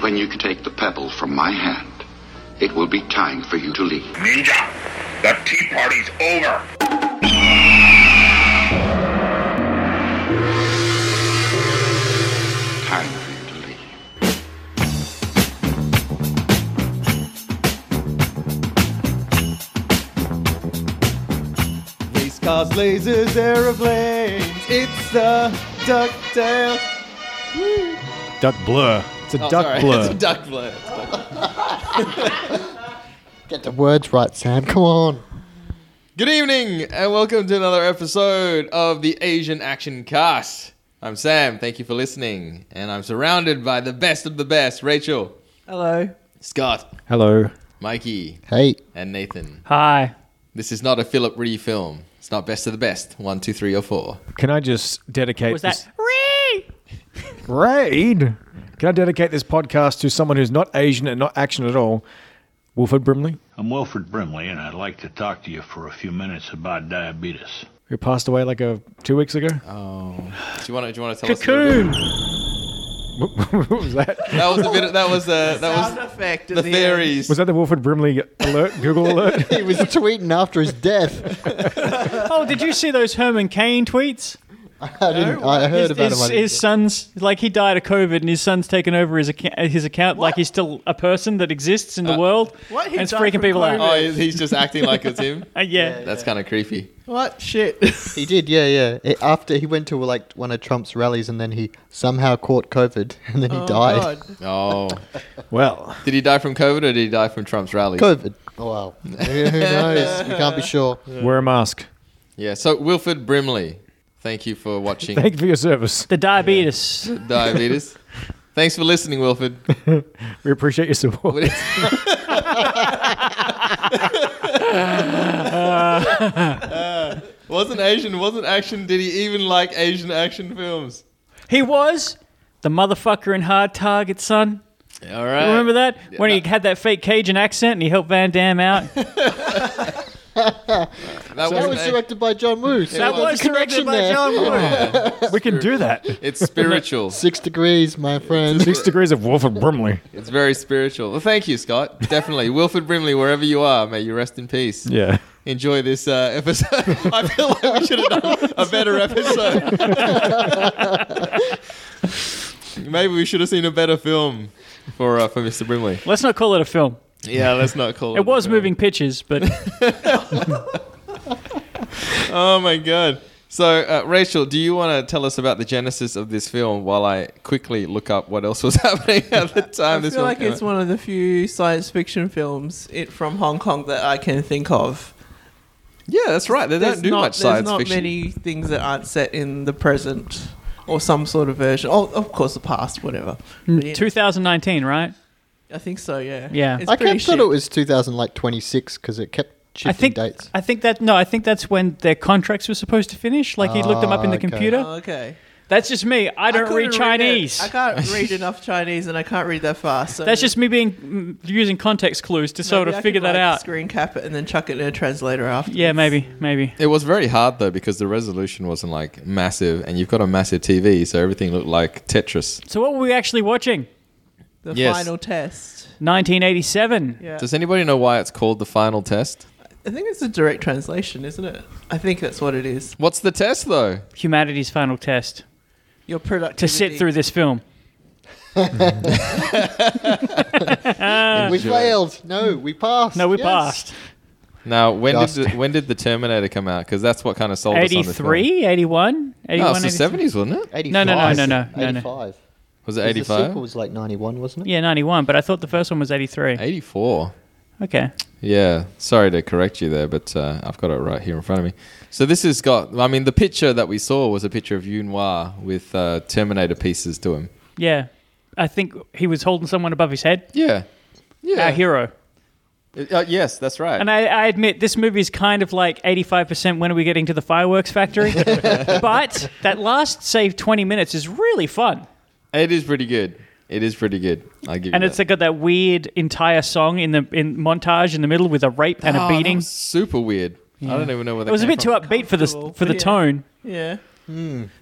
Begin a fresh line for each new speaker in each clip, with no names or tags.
When you take the pebble from my hand, it will be time for you to leave.
Ninja, the tea party's over.
Time for you to leave.
Race cars, lasers, aeroplanes. It's a ducktail.
Duck blur. It's a
Oh,
duck
sorry.
blur.
It's a duck blur. It's a duck-
Get the words right, Sam. Come on.
Good evening and welcome to another episode of the Asian Action Cast. I'm Sam. Thank you for listening, and I'm surrounded by the best of the best: Rachel,
Hello.
Scott,
Hello.
Mikey,
Hey,
and Nathan.
Hi.
This is not a Philip Ree film. It's not best of the best. One, two, three, or four.
Can I just dedicate
Was
this
that Ree?
raid? Can I dedicate this podcast to someone who's not Asian and not action at all? Wilfred Brimley,
I'm Wilfred Brimley, and I'd like to talk to you for a few minutes about diabetes.
who passed away like a two weeks ago.
Do you want to? Do you want to tell us?
Cocoon.
what was that?
a little bit? That was a bit. That was uh, that was
effect
the theories.
Was that the Wilfred Brimley alert? Google alert?
he was tweeting after his death.
Oh, did you see those Herman Cain tweets?
I didn't. I heard
His,
about
his,
him.
his son's like he died of COVID, and his son's taken over his account. His account, like he's still a person that exists in the world.
what? He
And it's
died
freaking
from
people out.
Oh, he's he's just acting like it's him.
Uh, yeah.
That's kind of creepy.
What shit?
he did, yeah, yeah. It- after he went to like one of Trump's rallies, and then he somehow caught COVID, and then he died.
Oh,
well,
did he die from COVID or did he die from Trump's rally?
COVID. Oh, wow. Who knows? We can't be sure.
wear a mask.
Yeah. So Wilfred Brimley, thank you for watching
Thank you for your service.
The diabetes.
Diabetes. Thanks for listening, Wilfred.
We appreciate your support.
Uh, wasn't Asian. Wasn't action. Did he even like Asian action films?
He was the motherfucker in Hard Target, son.
All right.
Remember that when he had that fake Cajun accent and he helped Van Damme out.
That
That
wasn't
was
a-
directed by John Woo. So
That
there's a
was
connection there.
directed by John Woo.
we can do that.
It's spiritual.
Six degrees, my friend.
Six degrees of Wilfred Brimley.
It's very spiritual. Well, thank you, Scott. Definitely, Wilfred Brimley, wherever you are, may you rest in peace.
Yeah.
Enjoy this uh, episode. I feel like we should have done a better episode. Maybe we should have seen a better film for uh, for Mr. Brimley.
Let's not call it a film.
Yeah, let's not call it.
It was
a film.
moving pictures, but
Oh my god. So, uh, Rachel, do you want to tell us about the genesis of this film while I quickly look up what else was happening at the time
I
this
feel
film
like
came
it's
out?
one of the few science fiction films it, from Hong Kong that I can think of.
Yeah, that's right. They
There's
don't do
not,
much
there's
science
not
fiction.
many things that aren't set in the present or some sort of version. Oh, of course, the past, whatever.
Hmm,
But yeah,
2019, right?
I think so. Yeah.
Yeah.
It's
I
pretty
kept thought
shit.
it was 2026 because it kept shifting
I think
dates.
I think that no, I think that's when their contracts were supposed to finish. Like he looked them up in the
Ah, okay.
computer.
Oh, okay.
that's just me. I don't
couldn't
read
it.
Chinese.
I can't read enough Chinese, and I can't read that fast. So
that's just me being mm, using context clues to sort of
maybe I
figure
could,
that
like,
out.
Screen cap it and then chuck it in a translator after.
Yeah, maybe, maybe.
It was very hard though because the resolution wasn't like massive, and you've got a massive TV, so everything looked like Tetris.
So what were we actually watching?
The
Yes.
final test.
1987.
Yeah.
Does anybody know why it's called the final test?
I think it's a direct translation, isn't it? I think that's what it is.
What's the test though?
Humanity's final test
Your productivity.
to sit through this film.
we failed. No, we passed.
No, we
Yes.
passed.
Now, when
Just-
did the, when did the Terminator come out? Because that's what kind of sold us on this film.
83,
Oh,
81, 81.
No, it's the
83.
seventies, wasn't it?
85.
No, no, no, no, no, no, no.
85.
Was it
'Cause
eighty
The sequel
five?
was like 91, wasn't it?
Yeah, 91. But I thought the first one was 83.
Eighty four.
Okay.
Yeah, sorry to correct you there, but uh, I've got it right here in front of me. So this has got, I mean, the picture that we saw was a picture of Yuen Wah with uh, Terminator pieces to him.
Yeah, I think he was holding someone above his head.
Yeah. Yeah.
Our hero.
Uh, yes, that's right.
And I, I admit, this movie is kind of like 85% when are we getting to the fireworks factory? but that last, say, 20 minutes is really fun.
it is pretty good. It is pretty good. I give you
And
that.
it's got that weird entire song in the in montage in the middle with a rape and
Oh, that
a beating.
was super weird. I don't even know where that
It was a
came
bit too
from.
upbeat for the
Comfortable,
for the
yeah.
tone.
Yeah.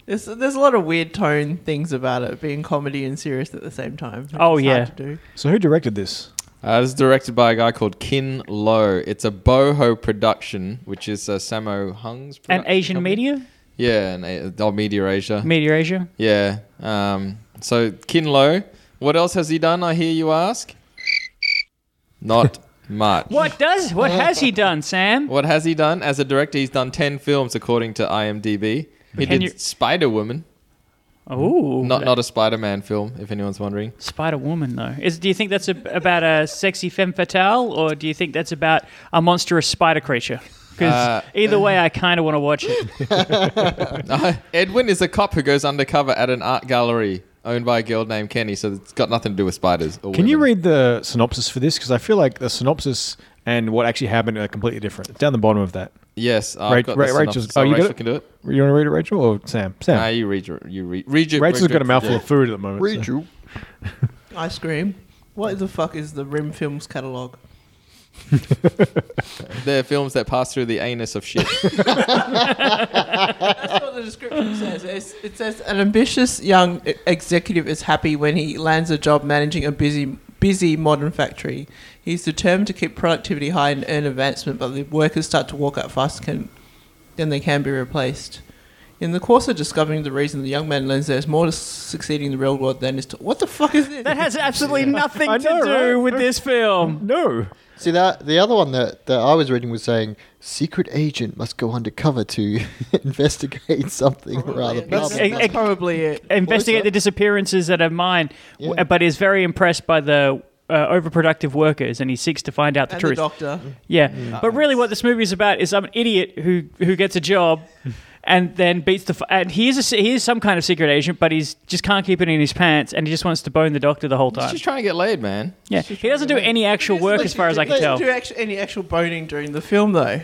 There's, there's a lot of weird tone things about it being comedy and serious at the same time. which
Oh,
is hard
yeah.
to do.
So who directed this?
Uh, this is directed by a guy called Kin Lo. It's a boho production, which is uh, Sammo Hung's
And
production
Asian
company.
media,
Yeah, and uh, oh, Media Asia.
media Asia.
yeah. Um, so Kin Lo. What else has he done? I hear you ask. Not much.
What does what has he done, Sam?
What has he done as a director? He's done ten films according to IMDb. He
Can
did
you-
Spider Woman,
Ooh,
not not a Spider Man film, if anyone's wondering.
Spider Woman though. Is do you think that's a, about a sexy femme fatale, or do you think that's about a monstrous spider creature? Because
Uh,
either way, I kind of want to watch it.
Edwin is a cop who goes undercover at an art gallery owned by a girl named Kenny, so it's got nothing to do with spiders. Or
Can you
women.
read the synopsis for this? Because I feel like the synopsis and what actually happened are completely different. It's down the bottom of that.
Yes, I've
Rach-
got
Ra-
the
Rachel's-
synopsis.
oh,
Oh,
you got
Rachel
it?
can do it.
You want to read it, Rachel or Sam? Sam.
Ah, you read your, you read. Read your.
Rachel's
read
got a
your-
mouthful
yeah.
of food at the moment. so-
Ice cream. What the fuck is the Rim Films catalog?
They're films that pass through the anus of shit.
That's what the description says. It's, it says an ambitious young e- executive is happy when he lands a job managing a busy, busy modern factory. He's determined to keep productivity high and earn advancement, but the workers start to walk out faster can, than they can be replaced. In the course of discovering the reason, the young man learns there's more to succeeding in the real world than is to. What the fuck is this?
That has absolutely nothing
I
to
know,
do
right?
with this film.
No.
See that the other one that, that I was reading was saying secret agent must go undercover to investigate something or other. blah,
Oh, that's,
blah,
it-
blah.
that's
it-
probably it.
Investigate the disappearances that are mine, w-
Yeah.
but is very impressed by the uh, overproductive workers, and he seeks to find out the
And the
truth.
doctor.
Yeah, but really, what this movie is about is I'm an idiot who who gets a job, and then beats the f- and he is a, se- he is some kind of secret agent, but he's just can't keep it in his pants, and he just wants to bone the doctor the whole
He's
time.
just trying to get laid, man.
Yeah, he doesn't do any actual work as far as I can
Doesn't
tell.
Do actu- any actual boning during the film though?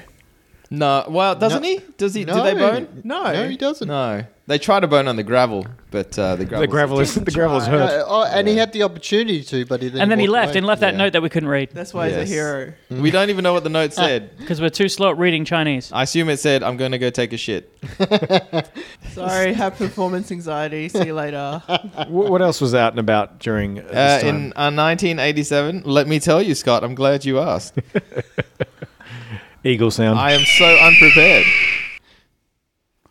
No, well, doesn't
No.
he? Does he?
no,
Do they bone?
No.
no, he doesn't.
No, they try to bone on the gravel, but uh, the gravel.
The gravel is the gravel is
No,
hurt.
oh, and he had the opportunity to, but he didn't.
And then he left and left that
Yeah.
note that we couldn't read
That's why
Yes.
he's a hero.
We don't even know what the note said.
because we're too slow at reading Chinese.
I assume it said, "I'm going to go take a shit."
Sorry, have performance anxiety. See you later.
Wh- what else was out and about during uh,
Uh,
this time?
in uh, 1987, let me tell you, Scott. I'm glad you asked.
Eagle sound.
I am so unprepared.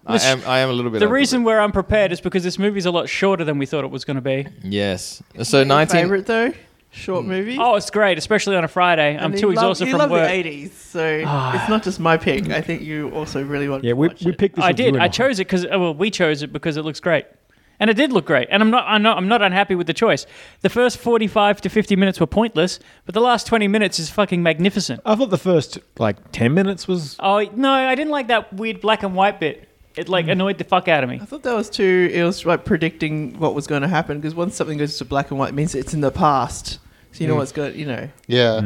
I am. I am a little bit.
The
unprepared.
reason we're unprepared is because this movie's a lot shorter than we thought it was going to be.
Yes. So
My
19.
favorite though,
Hmm.
short movie.
Oh, it's great, especially on a Friday. I'm
And
too
you love-
exhausted
you
from
love
work.
the 80s, so it's not just my pick. I think you also really want.
yeah,
to
we,
watch
we
it.
picked this.
I
with you
did.
in
I
mind.
chose it because well, we chose it because it looks great, and it did look great. And I'm not, I'm not, I'm not unhappy with the choice. The first 45 to 50 minutes were pointless, but the last 20 minutes is fucking magnificent.
I thought the first like ten minutes was.
Oh no, I didn't like that weird black and white bit. It
Hmm.
like annoyed the fuck out of me.
I thought that was too. It was like predicting what was going to happen because once something goes to black and white, it means it's in the past. So
Hmm.
you know what's good. You know.
Yeah,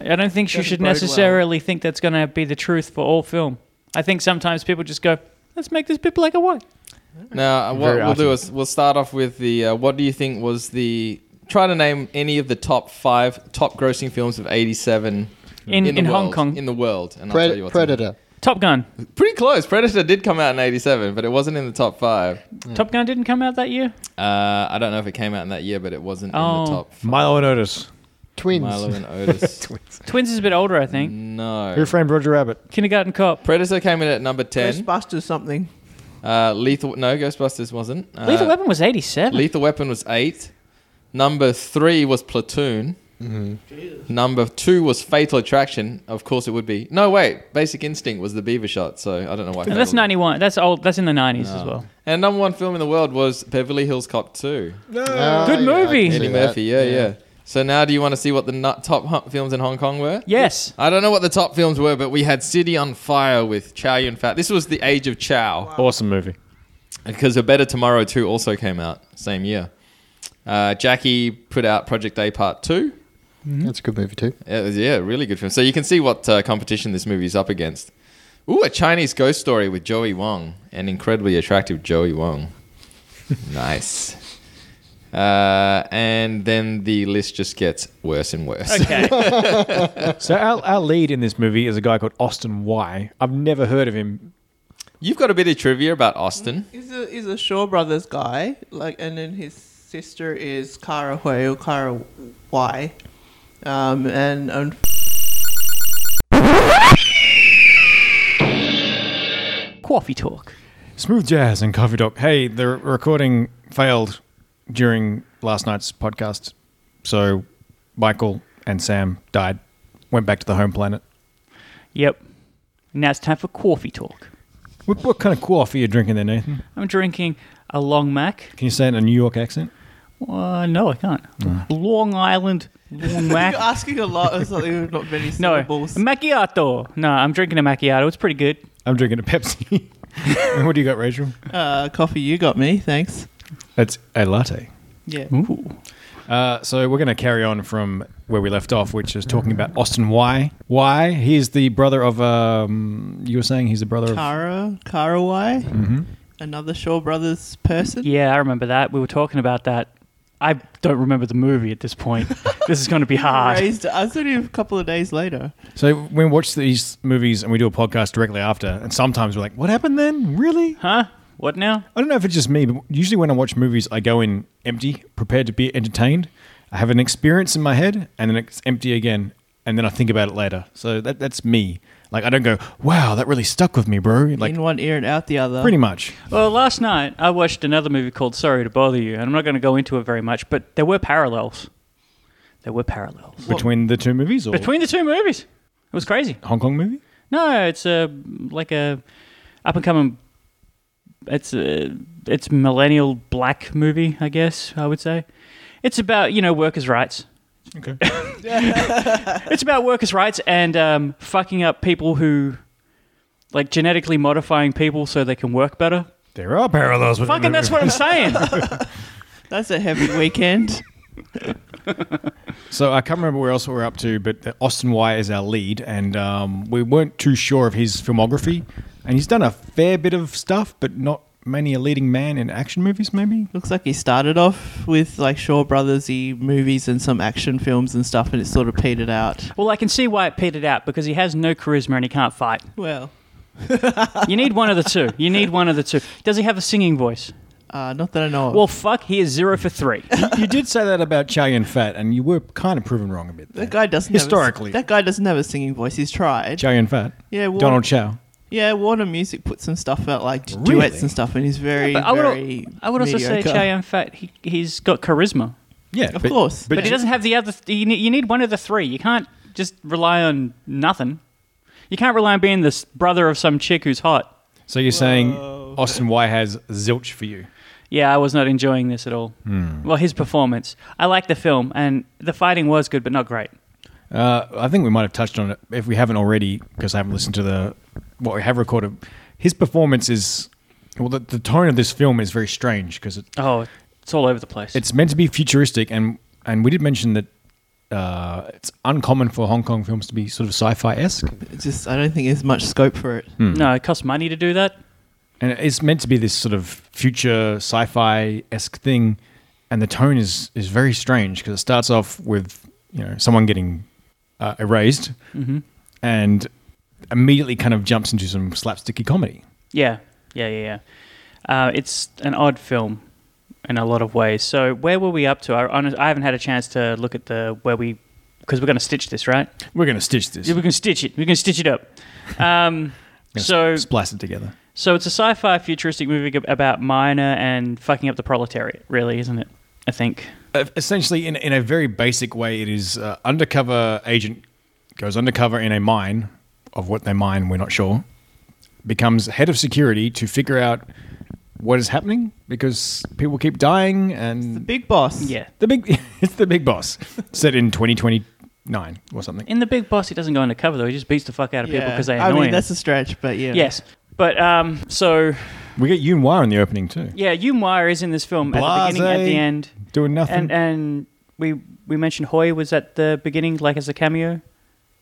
I don't think you
Doesn't
should
bode well.
necessarily think that's going to be the truth for all film. I think sometimes people just go, "Let's make this bit black and white."
Now, uh, what
Very
we'll do
arty.
is we'll start off with the uh, what do you think was the try to name any of the top five top grossing films of '87
In-
the
in Hong
world-
Kong.
in the world. And I'll tell you
Pred-
what's
Predator.
Top Gun.
in- Pretty close. Predator did come out in '87, but it wasn't in the top five.
Top Gun didn't come out that year.
Uh, I don't know if it came out in that year, but it wasn't
Oh.
in the top. Five.
Milo and Otis.
Twins.
Milo and Otis.
Twins is a bit older, I think.
Who
no.
framed Roger Rabbit?
Kindergarten Cop.
Predator came in at number ten.
Ghostbusters something.
Uh, Lethal. No, Ghostbusters wasn't. Uh,
Lethal Weapon was 87.
Lethal Weapon was eight. Number three was Platoon. Number two was Fatal Attraction. Of course, it would be. No, wait. Basic Instinct was the Beaver Shot. So I don't know why.
And that's
Fatal-
91. That's old. That's in the 90s as well.
And number one film in the world was Beverly Hills Cop Two.
Ah,
Good
yeah, I
movie.
can see
Eddie
that.
Murphy. Yeah, yeah, So now, do you want to see what the nut- top hu- films in Hong Kong were?
Yes.
I don't know what the top films were, but we had City on Fire with Chow Yun Fat. This was the age of Chow.
Awesome movie.
because A Better Tomorrow 2 also came out same year. Uh, Jackie put out Project A Part 2.
That's a good movie too.
It was, yeah, really good film. So you can see what uh, competition this movie is up against. Ooh, a Chinese ghost story with Joey Wong, an incredibly attractive Joey Wong. nice. Uh, and then the list just gets worse and worse.
Okay.
So our, our lead in this movie is a guy called Austin Y. I've never heard of him.
You've got a bit of trivia about Austin.
He's a, he's a Shaw Brothers guy, like, and then his sister is Kara Hui or Kara Y, um, and um,
Coffee talk.
Smooth Jazz and Coffee Doc. Hey, the recording failed during last night's podcast, so Michael and Sam died. Went back to the home planet.
Yep. Now it's time for coffee talk.
What, what kind of coffee are you drinking there, Nathan?
I'm drinking a Long Mac.
Can you say it in a New York accent?
Uh, no, I can't. Long Island Long
you're
Mac.
asking a lot of something with not many
No,
syllables.
macchiato. No, I'm drinking a macchiato. It's pretty good.
I'm drinking a Pepsi. And what do you got, Rachel?
Uh, coffee, you got me, thanks.
It's a latte.
Yeah.
Ooh.
Uh, so we're going to carry on from where we left off, which is talking about Austin Y. Why he's the brother of um, you were saying he's the brother of
Kara, Kara Y,
Mm-hmm.
another Shaw Brothers person.
Yeah, I remember that. We were talking about that. I don't remember the movie at this point. this is going to be hard.
Raised, I saw him a couple of days later.
So we watch these movies and we do a podcast directly after, and sometimes we're like, "What happened then? Really?"
Huh? What now?
I don't know if it's just me, but usually when I watch movies, I go in empty, prepared to be entertained. I have an experience in my head, and then it's empty again, and then I think about it later. So that that's me. Like I don't go, "Wow, that really stuck with me, bro." Like
in one ear and out the other.
pretty much.
Well, last night I watched another movie called Sorry to Bother You, and I'm not going to go into it very much, but there were parallels. There were parallels.
Between the two movies, or
Between the two movies. It was crazy.
Hong Kong movie,
No, it's a like a up and coming. It's a it's millennial black movie, I guess I would say. It's about you know workers' rights.
Okay.
it's about workers' rights and um, fucking up people who like genetically modifying people so they can work better.
there are parallels. With
Fucking, that's what I'm saying.
That's a heavy weekend.
So I can't remember where else we were up to, but Austin Y is our lead, and um, we weren't too sure of his filmography. And he's done a fair bit of stuff, but not many a leading man in action movies, maybe.
Looks like he started off with like Shaw Brothers y movies and some action films and stuff, and it sort of petered out.
well, I can see why it petered out because he has no charisma and he can't fight.
Well,
You need one of the two. You need one of the two. Does he have a singing voice?
uh, not that I know of.
Well, fuck, he is zero for three.
you did say that about Chow Yun Fat, and you were kind of proven wrong a bit. There.
that guy doesn't
historically.
Have a, that guy doesn't have a singing voice. He's tried.
Chow Yun Fat.
Yeah, well-
Donald Chow.
Yeah, Warner Music put some stuff out like d-
Really?
duets and stuff, and he's very,
But I would,
very.
I would also
mediocre.
say Chow Yun Fat. He, he's got charisma,
Yeah,
Of course.
but he doesn't have the other. th- You need, you need one of the three. You can't just rely on nothing. You can't rely on being this brother of some chick who's hot.
So you're saying Austin Y has zilch for you?
Yeah, I was not enjoying this at all. Well, his performance. I like the film, and the fighting was good, but not great.
Uh, I think we might have touched on it if we haven't already, because I haven't listened to the what we have recorded. His performance is well, the, the tone of this film is very strange because it,
Oh, it's all over the place.
it's meant to be futuristic, and and we did mention that uh, it's uncommon for Hong Kong films to be sort of sci-fi esque,
It's just I don't think there's much scope for it.
Hmm.
no, it costs money to do that.
and it's meant to be this sort of future sci-fi esque thing, and the tone is is very strange because it starts off with you know someone getting uh, erased,
Mm-hmm.
and immediately kind of jumps into some slapsticky comedy.
Yeah, yeah, yeah, yeah. Uh, it's an odd film in a lot of ways. So where were we up to? I, honest, I haven't had a chance to look at the where we because we're going to stitch this, right?
We're gonna stitch this.
Yeah, we can stitch it. We can stitch it up. Um,
We're gonna
so,
splice it together.
so it's a sci-fi futuristic movie ab- about minor and fucking up the proletariat, really, isn't it? I think.
Uh, essentially in, in a very basic way it is uh, undercover agent goes undercover in a mine of what they mine we're not sure becomes head of security to figure out what is happening because people keep dying and
Big Boss.
Yeah.
the big it's the big boss set in 2029 or something
In the big boss, he doesn't go undercover though. He just beats the fuck out of people
Yeah.
because they annoy
I mean,
him.
that's a stretch, but yeah.
yes. But um, so
we get Yun Wah in the opening too
yeah, Yumwire is in this film at the beginning, at
Blasé.
the end,
doing nothing
and and we we mentioned Hoy was at the beginning, like as a cameo.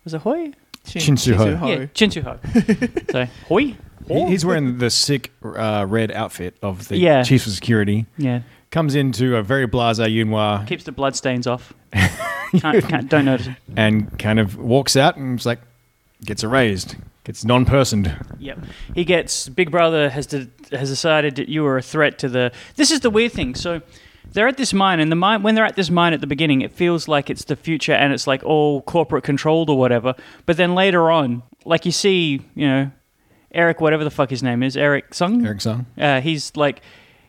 Was it Hoy?
Chin Su Ho.
Yeah, Chin Su Ho. so Hoy.
He- he's wearing the sick uh, red outfit of the
Yeah.
chief of security
Yeah.
comes into a very blasé Yunhua
Keeps the blood stains off. can't, can't, don't notice. it.
and kind of walks out and it's like gets erased, gets non-personed.
Yep. He gets Big Brother has de- has decided that you are a threat to the. This is the weird thing. So they're at this mine, and the mine when they're at this mine at the beginning, it feels like it's the future and it's like all corporate controlled or whatever. But then later on, like you see, you know, Eric, whatever the fuck his name is, Eric Sung.
Eric Song.
Uh, he's like,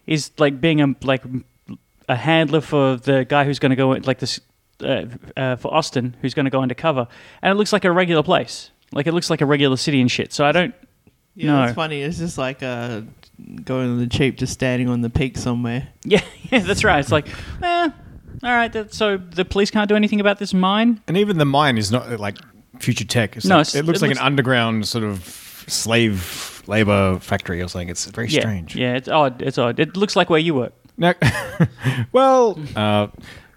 he's like being a like a handler for the guy who's going to go in- like this uh, uh, for Austin, who's going to go undercover, and it looks like a regular place. Like it looks like a regular city and shit. So I don't.
Yeah,
No.
it's funny. It's just like uh, going on the cheap, just standing on the peak somewhere.
Yeah, yeah, that's right. It's like, eh, all right. That, so the police can't do anything about this mine.
And even the mine is not uh, like future tech. It's
No,
like-
it's-
it looks
it
like
looks-
an underground sort of slave labor factory or something. It's very
Yeah,
strange.
Yeah, it's odd. It's odd. It looks like where you work.
No, well, uh,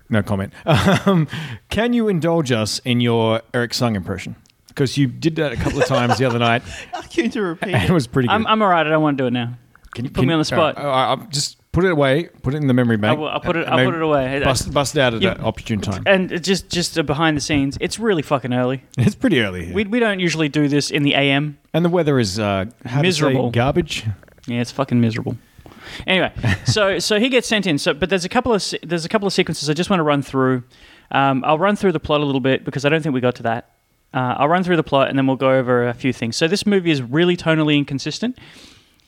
no comment. Um, can you indulge us in your Eric Sung impression? Because you did that a couple of times the other night,
I came to repeat.
and it
it.
was pretty good.
I'm, I'm all right. I don't want to do it now.
can you
put me on the spot.
Uh, uh, uh, just put it away. Put it in the memory bank.
will- I'll put it-
and
I'll
maybe
put it away.
Bust, bust out at
You-
an opportune uh, time.
And it just just uh, behind the scenes, it's really fucking early.
It's pretty early here,
We, we don't usually do this in the AM.
and the weather is uh, how to say,
Miserable.
garbage.
Yeah, it's fucking miserable. Anyway, so so he gets sent in. So, but there's a couple of se- there's a couple of sequences I just want to run through. Um, I'll run through the plot a little bit because I don't think we got to that. Uh, I'll run through the plot and then we'll go over a few things. So this movie is really tonally inconsistent.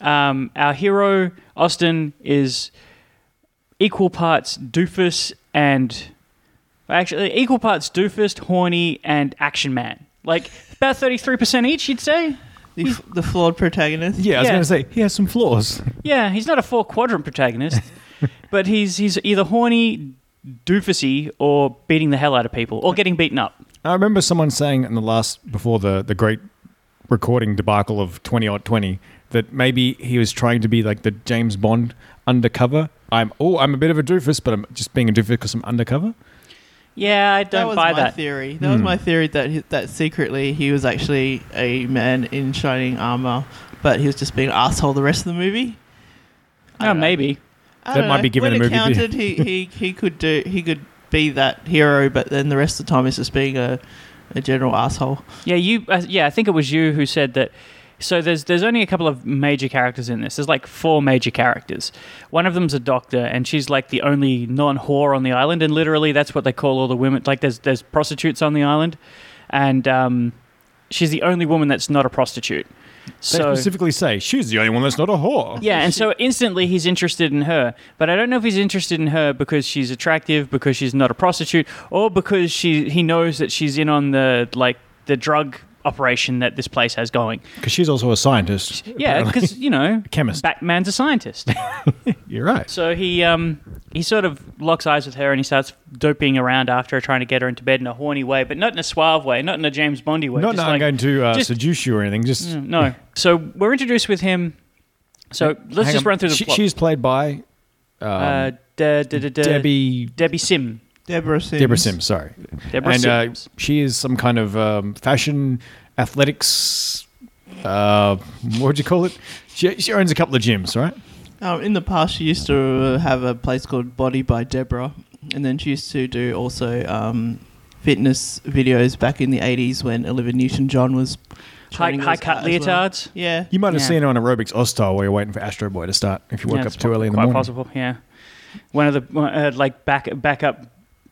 Um, our hero Austin is equal parts doofus and actually equal parts doofus, horny, and action man. Like about thirty three percent each, you'd say.
The, f- the flawed protagonist.
Yeah, I was
Yeah.
going to say he has some flaws.
Yeah, he's not a four quadrant protagonist, but he's he's either horny, doofusy, or beating the hell out of people, or getting beaten up.
I remember someone saying in the last before the the great recording debacle of twenty odd twenty that maybe he was trying to be like the James Bond undercover. I'm oh I'm a bit of a doofus, but I'm just being a doofus because I'm undercover.
Yeah, I don't
that was
buy
my
that.
theory. That
Hmm.
was my theory that he, that secretly he was actually a man in shining armor, but he was just being an asshole the rest of the movie. I
Oh,
don't know.
maybe.
I
That
don't
might
know.
be giving
when
the
it
movie-
counted, he, he he could do he could be that hero, but then the rest of the time he's just being a a general asshole.
Yeah, you. Uh, yeah, I think it was you who said that. So there's there's only a couple of major characters in this. There's like four major characters. One of them's a doctor, and she's like the only non whore on the island, and literally that's what they call all the women. Like there's there's prostitutes on the island, and um, she's the only woman that's not a prostitute.
They
So
specifically say she's the only one that's not a whore.
Yeah, and so instantly he's interested in her. But I don't know if he's interested in her because she's attractive, because she's not a prostitute, or because she he knows that she's in on the like the drug operation that this place has going.
because she's also a scientist.
Yeah,
apparently.
because you know,
chemist.
Batman's a scientist.
you're right.
So he um, he sort of locks eyes with her and he starts doping around after her, trying to get her into bed in a horny way, but not in a suave way, not in a James Bondy way.
Not
just
that I'm
like-
going to uh,
just- Mm.
seduce you or anything. Just
no. So we're introduced with him. So let's
hang
just
on.
run through the
She-
plot.
She's played by
uh, da, da, da, da,
Debbie
Debbie Sim.
Deborah Sims.
Deborah Sims. Sorry,
Deborah
and
Sims.
Uh, she is some kind of um, fashion athletics. Uh, what would you call it? She, she owns a couple of gyms, right?
Um, in the past, she used to uh, have a place called Body by Deborah, and then she used to do also um, fitness videos back in the '80s when Olivia Newton-John was
High,
training
high
those
cut
out as well.
leotards.
Yeah,
You might have
Yeah.
seen her on aerobics Ostar while you're waiting for Astro Boy to start if you woke
Yeah,
up
it's
too early in the
quite
morning.
possible. Yeah, one of the uh, like back backup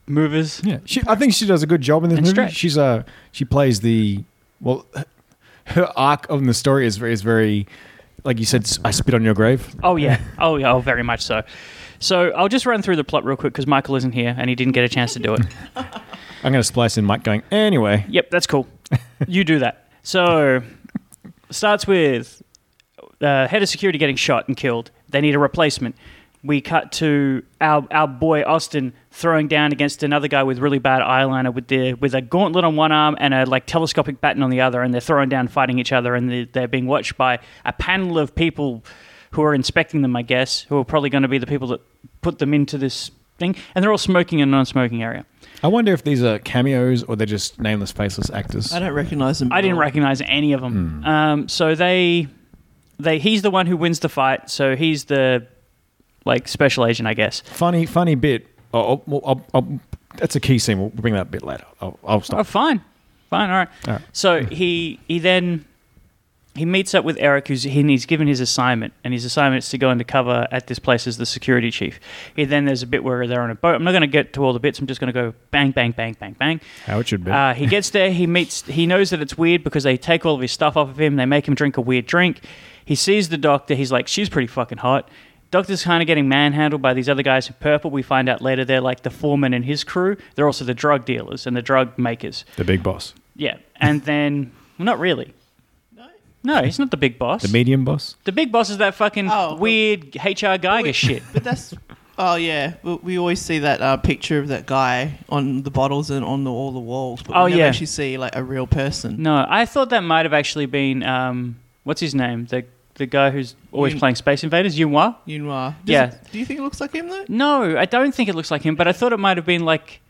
movers.
Yeah, she, I think she does a good job in this
And
movie.
stretch.
She's uh, she plays the well, her arc of the story is very, is very, like you said, I spit on your grave.
Oh yeah. Oh yeah. Oh, very much so. So I'll just run through the plot real quick because Michael isn't here and he didn't get a chance to do it.
I'm going to splice in Mike going anyway.
yep, that's cool. You do that. So starts with uh, head of security getting shot and killed. They need a replacement. We cut to our our boy Austin throwing down against another guy with really bad eyeliner with the with a gauntlet on one arm and a like telescopic baton on the other, and they're throwing down, fighting each other, and they're, they're being watched by a panel of people who are inspecting them, I guess, who are probably going to be the people that put them into this thing, and they're all smoking in a non-smoking area.
I wonder if these are cameos or they're just nameless, faceless actors.
I don't recognize them.
I
at
didn't
all.
recognize any of them.
Hmm.
Um, so they, they, he's the one who wins the fight. So he's the like special agent, I guess.
Funny, funny bit. Oh, oh, well, I'll, I'll, that's a key scene. We'll bring that bit later. I'll, I'll stop.
Oh, fine, fine, all right.
All right.
So he he then he meets up with Eric, who's he, and he's given his assignment, and his assignment is to go undercover at this place as the security chief. He then there's a bit where they're on a boat. I'm not going to get to all the bits. I'm just going to go bang, bang, bang, bang, bang.
How it should be.
Uh, he gets there. He meets. He knows that it's weird because they take all of his stuff off of him. They make him drink a weird drink. He sees the doctor. He's like, she's pretty fucking hot. Doctor's kind of getting manhandled by these other guys in purple. We find out later they're like the foreman and his crew. They're also the drug dealers and the drug makers.
the big boss,
Yeah, and then well, not really. No, he's not the big boss.
the medium boss.
The big boss is that fucking
Oh.
weird HR Geiger shit.
But that's oh yeah, we, we always see that uh, picture of that guy on the bottles and on the, all the walls. But
Oh,
we never
yeah.
actually see like a real person.
No, I thought that might have actually been um, what's his name, the the guy who's always
Yun-
playing Space Invaders, Yunhua.
Yunhua. uh, Does
Yeah.
it- do you think it looks like him though?
No, I don't think it looks like him, but I thought it might have been like,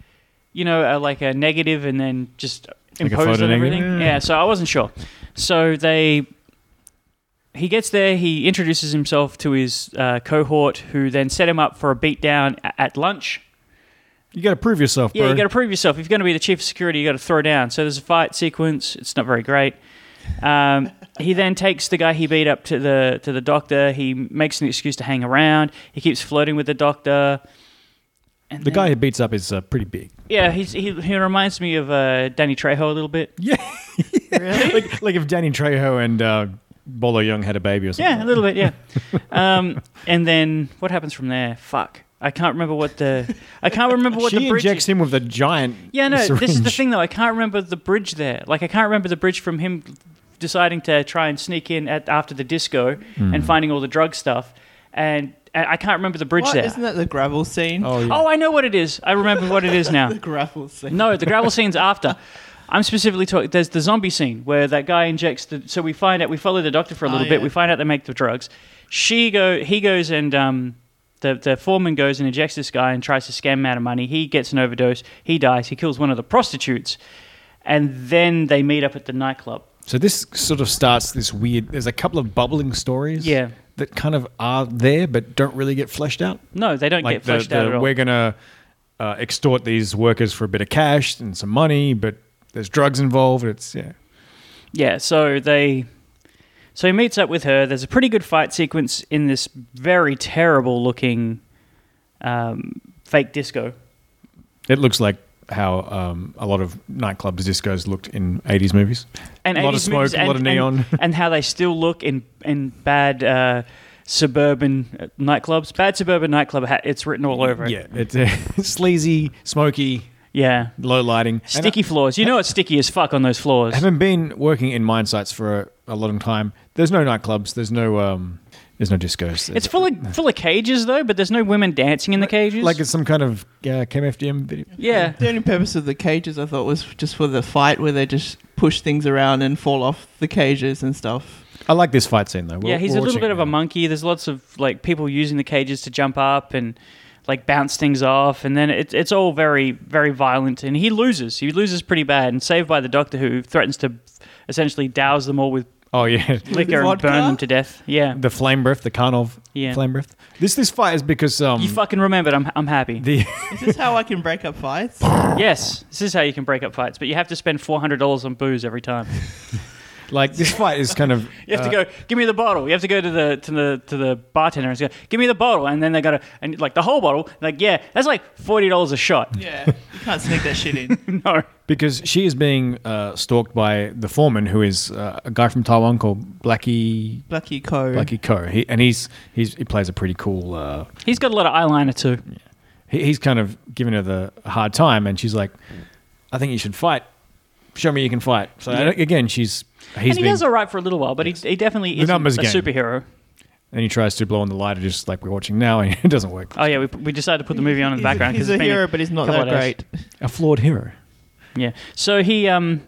you know, uh, like a negative and then just
Like a
imposed
photo
on
negative?
everything.
Yeah.
Yeah. so I wasn't sure. So they, he gets there, he introduces himself to his uh, cohort, who then set him up for a beatdown a- at lunch.
You got to prove yourself,
Yeah,
bro.
you got to prove yourself. If you're going to be the chief of security, you got to throw down. So there's a fight sequence. It's not very great. Um, he then takes the guy he beat up to the to the doctor. He makes an excuse to hang around. He keeps flirting with the doctor. And
the
then-
guy who beats up is uh, pretty big.
yeah, he's, he he reminds me of uh, Danny Trejo a little bit.
Yeah, like, like if Danny Trejo and uh, Bolo Young had a baby or something.
Yeah, a little bit. Yeah. um, and then what happens from there? Fuck, I can't remember what the I can't remember what
she
the bridge
injects
is.
him with a giant.
Yeah, no,
syringe.
this is the thing though. I can't remember the bridge there. Like, I can't remember the bridge from him deciding to try and sneak in at after the disco
Hmm.
and finding all the drug stuff, and and I can't remember the bridge
What?
there.
Isn't that the gravel scene?
Oh, yeah.
Oh, I know what it is. I remember what it is now.
The gravel scene.
No, the gravel scene's after. I'm specifically talking. There's the zombie scene where that guy injects the. So we find out we follow the doctor for a
Oh,
little bit.
yeah.
We find out they make the drugs. She go. He goes and um, the the foreman goes and injects this guy and tries to scam him out of money. He gets an overdose. He dies. He kills one of the prostitutes, and then they meet up at the nightclub.
So this sort of starts this weird. There's a couple of bubbling stories.
Yeah.
That kind of are there, but don't really get fleshed out.
No, they don't
like
get fleshed
the,
out
the,
at all.
we're gonna uh, extort these workers for a bit of cash and some money, but there's drugs involved. It's yeah,
Yeah, so they so he meets up with her. There's a pretty good fight sequence in this very terrible looking um, fake disco.
it looks like how um, a lot of nightclub discos looked in 80s movies.
And
A lot of
80s movies
smoke, a lot of neon.
and, and how they still look in in bad uh, suburban uh, nightclubs. Bad suburban nightclub. ha- It's written all over. it.
Yeah, it's uh, sleazy, smoky,
yeah.
low lighting, And
Sticky floors. You know it's sticky as fuck on those floors.
I, having been working in mine sites for a, a long time, there's no nightclubs. There's no um, there's no discos. There's-
It's full of full of cages though, but there's no women dancing in the cages.
like it's some kind of uh, KMFDM video.
yeah.
The only purpose of the cages I thought was just for the fight where they just push things around and fall off the cages and stuff.
I like this fight scene though. We're-
yeah, he's
we're
a little
watching
bit of a
now.
monkey. There's lots of like people using the cages to jump up and like bounce things off, and then it, it's all very very violent. And he loses. He loses pretty bad, and saved by the doctor who threatens to essentially douse them all with
Oh yeah,
liquor and
Vodka?
burn them to death. Yeah,
the flame breath, the Karnov
Yeah.
flame breath. This this fight is because um
you fucking remembered. I'm I'm happy.
the
Is this how I can break up fights?
yes, this is how you can break up fights, but you have to spend four hundred dollars on booze every time.
like this fight is kind of
You have to go. Give me the bottle. You have to go to the to the to the bartender and go. Give me the bottle, and then they gotta and like the whole bottle. Like yeah, that's like forty dollars a shot.
yeah, you can't sneak that shit in.
No.
because she is being uh, stalked by the foreman who is uh, a guy from Taiwan called Blackie
Lucky Co.
Blackie Ko. He, and he's he's he plays a pretty cool. Uh,
He's got a lot of eyeliner too.
he, he's kind of giving her the hard time, and she's like, "I think you should fight. Show me you can fight." So I don't- again, she's he's
and he
being,
does all right for a little while, but he, he definitely is a
numbers game.
superhero.
and he tries to blow on the lighter just like we're watching now, and it doesn't work.
Oh yeah, we, we decided to put the movie on in the
He's a-
background
He's
because
a
it's been
hero, but he's not
couple
that
of days.
great.
A flawed hero.
Yeah. So he um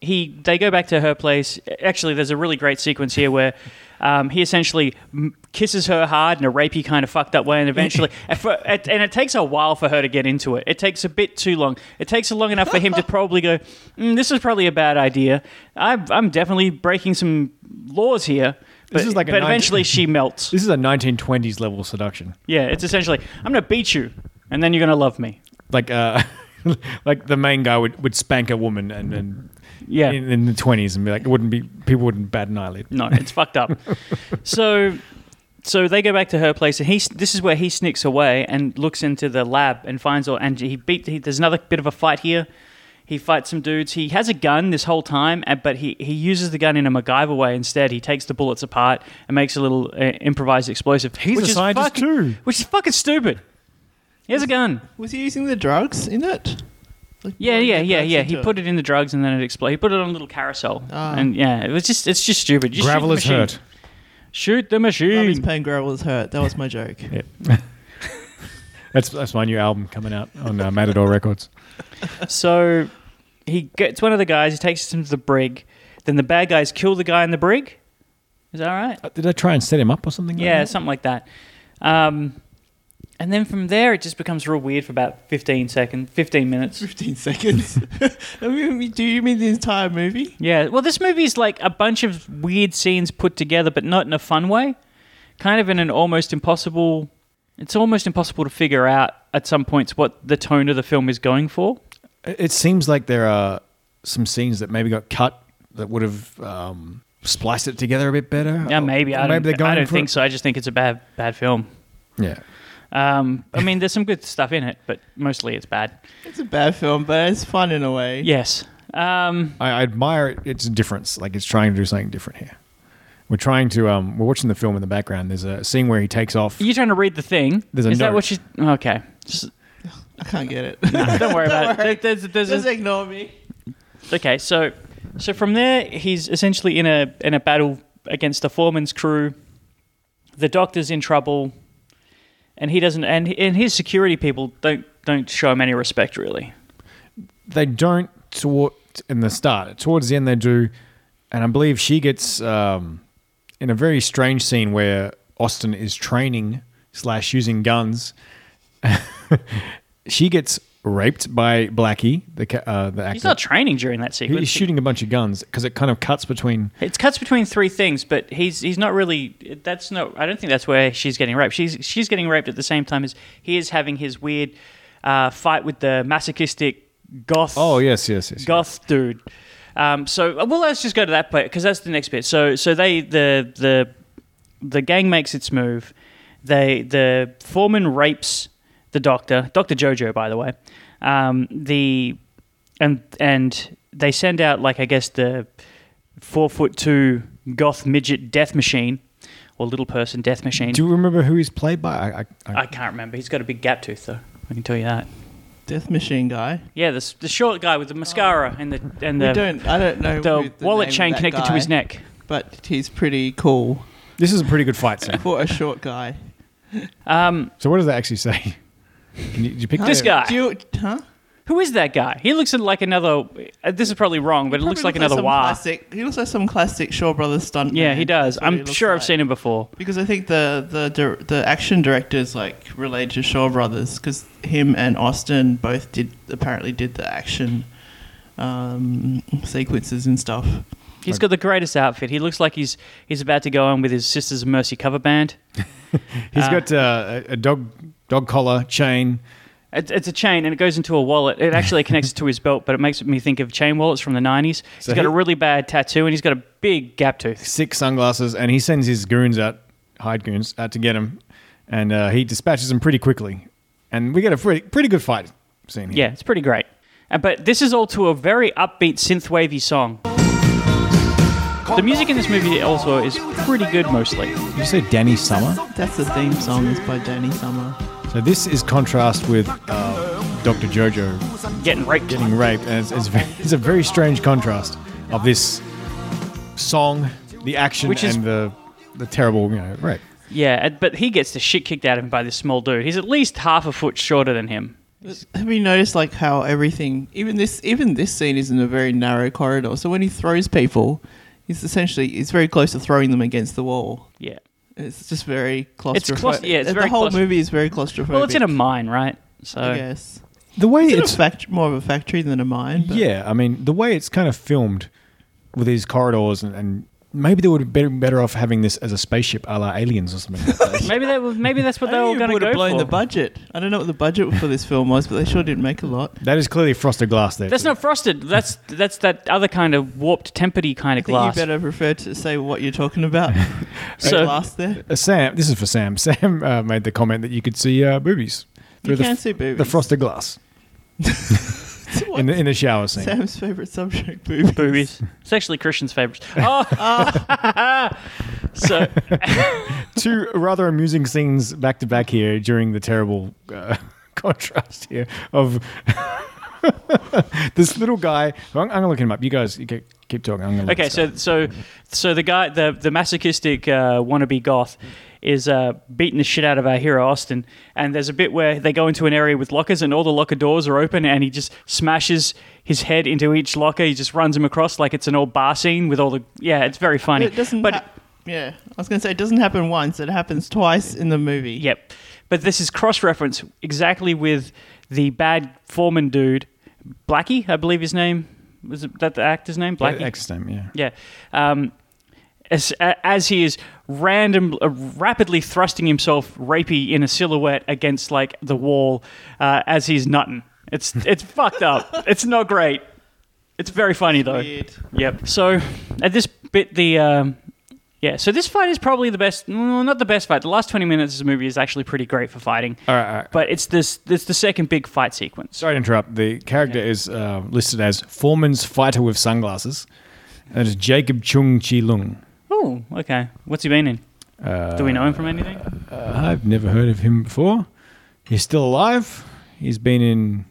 he they go back to her place. Actually, there's a really great sequence here where um, he essentially m- kisses her hard in a rapey kind of fucked up way, and eventually, and, for, and and it takes a while for her to get into it. It takes a bit too long. It takes long enough for him to probably go, mm, "This is probably a bad idea. I'm I'm definitely breaking some laws here." But,
is like a
but
19
eventually she melts.
This is a 1920s level seduction.
Yeah, it's essentially I'm going to beat you, and then you're going to love me.
Like, uh, like the main guy would, would spank a woman and and
Yeah.
in, in the 20s and be like, it wouldn't be people wouldn't bat an eyelid.
No, it's fucked up. So, so they go back to her place, and he. This is where he sneaks away and looks into the lab and finds all. And he beat. He, there's another bit of a fight here. He fights some dudes. He has a gun this whole time, and- but he, he uses the gun in a MacGyver way instead. He takes the bullets apart and makes a little uh, improvised explosive.
He's a scientist
fucking,
too.
Which is fucking stupid. He has a gun.
Was he using the drugs in it? Like,
Yeah,
putting
yeah,
the
yeah,
drugs
yeah. He
into
put it in the drugs and then it exploded. He put it on a little carousel, and yeah, it was just it's just stupid. Just shoot
Gravel
the
is
machine.
hurt.
Shoot the
Love is
machine.
pain, gravel is hurt. That was my joke.
That's that's my new album coming out on uh, Matador Records.
So he gets one of the guys, he takes him to the brig. Then the bad guys kill the guy in the brig. Is that right?
Uh, Did I try and set him up or something?
Yeah,
Like that?
something like that. Um, and then from there, it just becomes real weird for about 15 seconds, 15 minutes.
15 seconds. I mean, do you mean the entire movie?
Yeah, well, this movie is like a bunch of weird scenes put together, but not in a fun way. Kind of in an almost impossible. It's almost impossible to figure out at some points what the tone of the film is going for.
It- It seems like there are some scenes that maybe got cut that would have um, spliced it together a bit better.
Yeah, maybe I don't, I don't
for-
think so. I just think it's a bad, bad film.
Yeah.
Um, I mean, there's some good stuff in it, but mostly it's bad.
It's a bad film, but it's fun in a way.
Yes. Um,
I, I admire it- its difference. Like it's trying to do something different here. We're trying to. Um, we're watching the film in the background. There's a scene where he takes off.
are you trying to read the thing?
There's a
Is that
note.
what you? Okay. Just-
I can't get it.
don't worry about it. There's, there's,
Just
a-
ignore me.
okay. So, so from there, he's essentially in a in a battle against the foreman's crew. The doctor's in trouble, and he doesn't. And and his security people don't don't show him any respect really.
They don't toward in the start. Towards the end, they do, and I believe she gets um, in a very strange scene where Austin is training slash using guns. she gets raped by Blackie, the ca- uh, the actor.
He's not training during that sequence.
He's shooting a bunch of guns because it kind of cuts between.
It cuts between three things, but he's he's not really. That's not. I don't think that's where she's getting raped. She's she's getting raped at the same time as he is having his weird uh, fight with the masochistic goth.
Oh yes, yes, yes.
goth dude. Um, so well, let's just go to that bit because that's the next bit. So so they the the the gang makes its move. They the foreman rapes the doctor, Doctor Jojo, by the way. Um, the and and they send out like I guess the four foot two goth midget death machine or little person death machine.
Do you remember who he's played by? I, I, I,
I can't remember. He's got a big gap tooth though. I can tell you that.
Death Machine guy.
Yeah, the, s- the short guy with the mascara and the and
We
the
don't. I don't know.
the
who
wallet
name
chain
of that
connected to
guy,
his neck.
But he's pretty cool
this is a pretty good fight scene.
for a short guy.
So what does that actually say? Can you, did you pick
This
that?
guy.
Do you, huh?
Who is that guy? He looks like another. uh, This is probably wrong, but it looks like
Probably
another
some
Wah.
Classic, he looks like some classic Shaw Brothers stunt.
Yeah,
man.
he does.
That's what he
I'm
looks
sure I've
like.
seen him before.
Because I think the the dir- the action directors like related to Shaw Brothers because him and Austin both did apparently did the action um, sequences and stuff.
He's got the greatest outfit. He looks like he's he's about to go on with his Sisters of Mercy cover band.
He's got uh, a, a dog dog collar chain.
It, it's a chain, and it goes into a wallet. It actually connects to his belt, but it makes me think of chain wallets from the '90s.
So
he's got a
he-
really bad tattoo, and he's got a big gap tooth.
six sunglasses, and he sends his goons out, hired goons out to get him, and uh, he dispatches them pretty quickly, and we get a pretty, pretty good fight scene here.
Yeah, it's pretty great. Uh, But this is all to a very upbeat synthwavy song. The music in this movie also is pretty good, mostly.
Did you say Danny Summer?
That's the theme song is by Danny Summer.
So this is contrast with uh, Doctor Jojo
Getting raped.
getting raped, and it's, it's, very, it's a very strange contrast of this song, the action,
Which is-
and the the terrible you know rape.
Yeah, and- but he gets the shit kicked out of him by this small dude. He's at least half a foot shorter than him.
Have you noticed like how everything, even this, even this scene is in a very narrow corridor. So when he throws people, he's essentially he's very close to throwing them against the wall.
Yeah.
It's just very
It's
claustrophobic.
claust- yeah, it's
the
very
whole
claustro-
movie is very claustrophobic.
Well, it's in a mine, right? So
I guess.
The way
It's, in
it's
a fact- more of a factory than a mine. But
Yeah, I mean the way it's kind of filmed with these corridors and, and maybe they would have been better off having this as a spaceship a la aliens or something like that.
Maybe that. was- Maybe that's what they
They
were
would
going to
have
go
blown
for.
the budget. I don't know what the budget for this film was, but they sure didn't make a lot.
that is clearly frosted glass there.
That's
too.
not frosted. That's that's that other kind of warped, tempered kind
I
of
think
glass.
you better prefer to say what you're talking about. so
So-
glass there.
Uh, Sam, this is for Sam. Sam uh, made the comment that you could see uh, boobies through
You
the,
can
f-
see boobies.
the frosted glass
What?
in the, in the shower scene.
Sam's favorite subject, boobies.
Boobies. It's actually Christian's favorite. Oh. so
Two rather amusing scenes back to back here during the terrible uh, contrast here of this little guy. I'm, I'm going to look him up. You guys you ke- keep talking. I'm gonna look
okay,
this up.
so so so the guy, the the masochistic uh, wannabe goth, is uh, beating the shit out of our hero Austin. And there's a bit where they go into an area with lockers, and all the locker doors are open, and he just smashes his head into each locker. He just runs him across like it's an old bar scene with all the yeah. It's very funny.
It doesn't.
but
hap- yeah, I was going to say it doesn't happen once. It happens twice in the movie.
Yep. But this is cross reference exactly with the bad foreman dude, Blackie, I believe his name. Was it that the actor's name? Blackie?
Yeah, X time, yeah.
yeah. Um, as, a- as he is random, uh, rapidly thrusting himself rapey in a silhouette against like the wall uh, as he's nutting. It's, it's fucked up. It's not great. It's very funny though.
Weird.
Yep. So at this bit, the um, yeah. So this fight is probably the best. No, not the best fight. The last twenty minutes of the movie is actually pretty great for fighting.
All right, all right.
But it's this. It's the second big fight sequence.
Sorry to interrupt. The character is uh, listed as Foreman's fighter with sunglasses. That is Jacob Chung Chi Lung.
Oh, okay. What's he been in?
Uh,
Do we know him from anything?
I've never heard of him before. He's still alive. He's been in.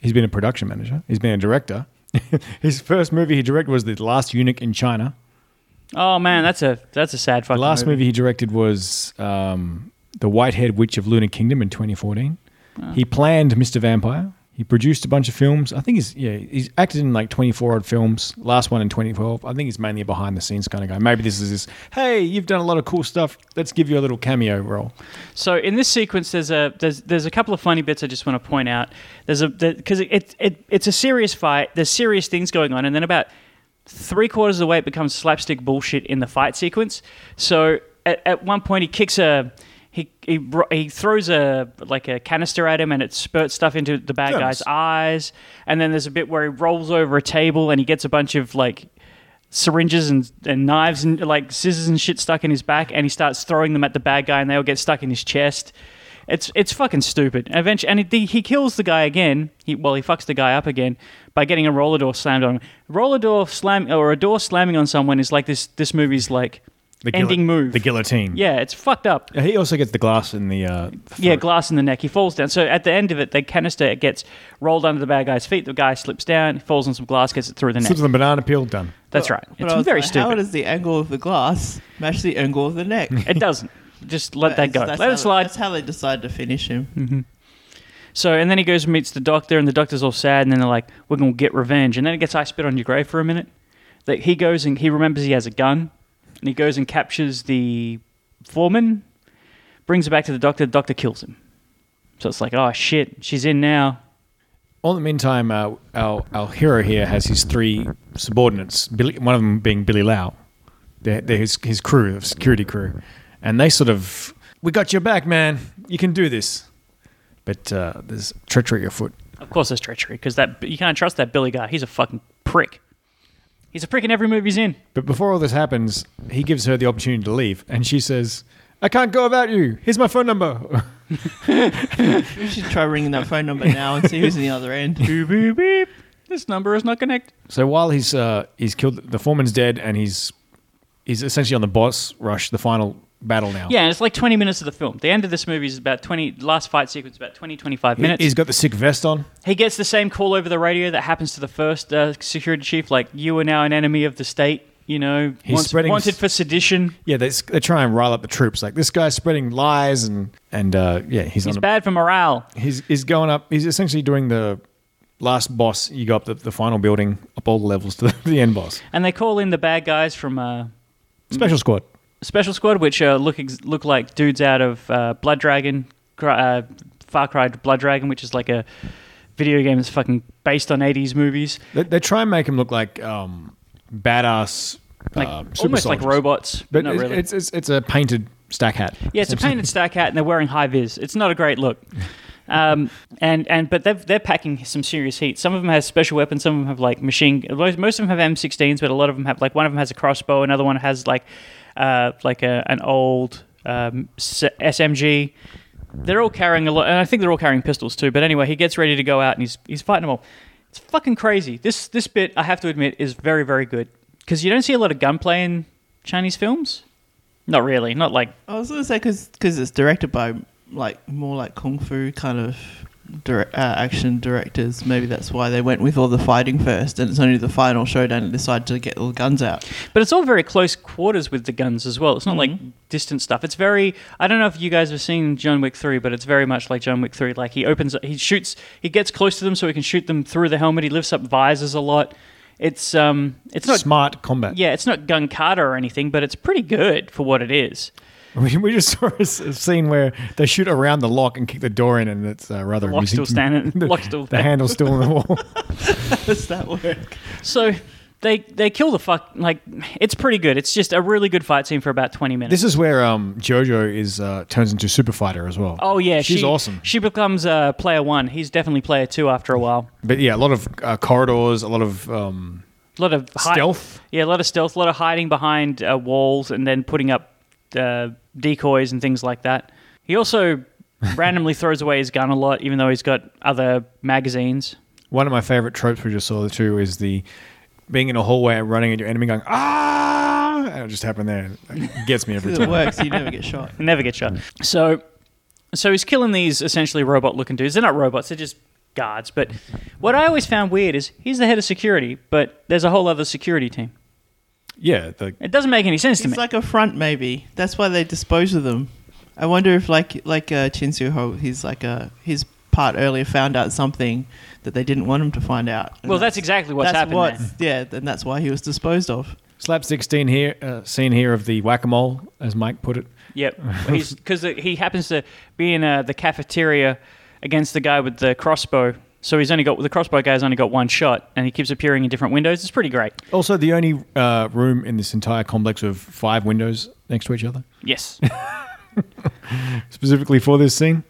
He's been a production manager. He's been a director. His first movie he directed was The Last Eunuch in China.
Oh man, that's a that's a sad
The
fucking.
last
movie.
movie he directed was um, The Whitehead Witch of Lunar Kingdom in 2014.
Ah.
He planned Mr. Vampire. He produced a bunch of films. I think he's yeah he's acted in like 24 odd films. Last one in 2012. I think he's mainly a behind the scenes kind of guy. Maybe this is his. Hey, you've done a lot of cool stuff. Let's give you a little cameo role.
So in this sequence, there's a there's there's a couple of funny bits I just want to point out. There's a because it, it it's a serious fight. There's serious things going on, and then about three quarters of the way, it becomes slapstick bullshit in the fight sequence. So at, at one point, he kicks a. He, he, ro- he throws a like a canister at him and it spurts stuff into the bad
Germs.
guy's eyes and then there's a bit where he rolls over a table and he gets a bunch of like syringes and, and knives and like scissors and shit stuck in his back, and he starts throwing them at the bad guy, and they all get stuck in his chest. It's it's fucking stupid. And Eventually, and he, he kills the guy again. He well, he fucks the guy up again by getting a roller door slammed on him. Roller door slam or a door slamming on someone is like this. This movie's like ending move.
The guillotine.
yeah, it's fucked up.
Yeah, He also gets the glass in the. Uh,
Yeah, glass in the neck. He falls down. So at the end of it, the canister gets rolled under the bad guy's feet. The guy slips down, falls on some glass, gets it through the neck.
slips on the banana peel. Done.
That's right.
But
It's
I was
very
like,
stupid.
How does the angle of the glass match the angle of the neck?
It doesn't. Just let that go.
That's
Let
how-
it slide. Hmm.
That's how they decide to finish him.
So, and then he goes and meets the doctor, and the doctor's all sad, and then they're like, "We're gonna get revenge." And then it gets I spit on your grave for a minute. That he goes and he remembers he has a gun, and he goes and captures the foreman, brings it back to the doctor. The doctor kills him. So it's like, oh shit, she's in now.
All the meantime, uh, our our hero here has his three subordinates. Billy, one of them being Billy Lau. They're, they're his his crew, of security crew, and they sort of, we got your back, man. You can do this. But uh, there's treachery afoot.
Of course, there's treachery because that you can't trust that Billy guy. He's a fucking prick. He's a prick in every movie he's in.
But before all this happens, he gives her the opportunity to leave, and she says, "I can't go without you. Here's my phone number."
We should try ringing that phone number now and see who's on the other end.
Beep, beep, beep. This number is not connected.
So while he's uh, he's killed, the foreman's dead, and he's he's essentially on the boss rush, the final battle now.
Yeah, and it's like 20 minutes of the film. The end of this movie is about 20, last fight sequence, about 20, 25
He-
minutes.
he's got the sick vest on.
He gets the same call over the radio that happens to the first uh, security chief, like, you are now an enemy of the state, you know,
He's
wants-
spreading
wanted
s-
for sedition.
Yeah, they, s- they try and rile up the troops. Like this guy's spreading lies, and and uh, yeah, he's,
He's
on.
bad for morale.
A, he's he's going up. He's essentially doing the last boss. You go up the, the final building, up all the levels to the, the end boss.
And they call in the bad guys from uh,
Special squad.
Special Squad, which uh, look, ex- look like dudes out of uh, Blood Dragon, Cry- uh, Far Cry Blood Dragon, which is like a video game that's fucking based on 80s movies.
They, they try and make him look like um, badass
like
uh, super
almost like
soldiers.
robots, but
But
not
it's,
really.
it's, it's it's a painted stack hat.
yeah, it's a painted stack hat, and they're wearing high vis. It's not a great look. Um, and and but they're they're packing some serious heat. Some of them have special weapons. Some of them have like machine. Most most of them have M16s, but a lot of them have like one of them has a crossbow. Another one has like uh, like a, an old um, S- SMG. They're all carrying a lot, and I think they're all carrying pistols too. But anyway, he gets ready to go out, and he's he's fighting them all. It's fucking crazy. This this bit, I have to admit, is very very good because you don't see a lot of gunplay in Chinese films. Not really. Not like
I was gonna say because it's directed by like more like kung fu kind of direct, uh, action directors. Maybe that's why they went with all the fighting first, and it's only the final showdown that decided to get all the guns out.
But it's all very close quarters with the guns as well. It's not like distant stuff. It's very. I don't know if you guys have seen John Wick three, but it's very much like John Wick three. Like he opens, he shoots, he gets close to them so he can shoot them through the helmet. He lifts up visors a lot. It's um, it's not.
smart combat.
Yeah, it's not gun kata or anything, but it's pretty good for what it is.
We, we just saw a s- a scene where they shoot around the lock and kick the door in, and it's uh, rather
Lock's
amusing.
still standing.
the,
Lock's still
the handle's still on the wall.
Does that work?
So they they kill the fuck. Like it's pretty good. It's just a really good fight scene for about twenty minutes.
this is where um, JoJo is uh, turns into a super fighter as well.
oh yeah,
she's
she-
awesome.
She becomes uh, player one. He's definitely player two after a while.
But yeah, a lot of uh, corridors, a lot of um,
A lot of hi-
Stealth?
Yeah, a lot of stealth, a lot of hiding behind uh, walls, and then putting up uh, decoys and things like that. He also randomly throws away his gun a lot, even though he's got other magazines.
one of my favorite tropes we just saw too is the being in a hallway and running at your enemy, going ah, and it just happened there. It gets me every
It
time.
works. You never get shot.
They never get shot. So, so he's killing these essentially robot-looking dudes. They're not robots; they're just guards. But what I always found weird is he's the head of security, but there's a whole other security team.
Yeah, the,
It doesn't make any sense to me.
It's like a front, maybe. That's why they dispose of them. I wonder if, like, like uh, Chin Soo Ho, he's like a his part earlier found out something that they didn't want him to find out. And
well, that's exactly what's
that's
happened.
what's-
there.
yeah, and that's why he was disposed of.
slap sixteen here, uh, scene here of the whack a mole, as Mike put it.
Yep, because uh, he happens to be in uh, the cafeteria against the guy with the crossbow. So he's only got the crossbow guy's only got one shot, and he keeps appearing in different windows. It's pretty great.
Also, the only uh, room in this entire complex with five windows next to each other,
Yes,
specifically for this scene.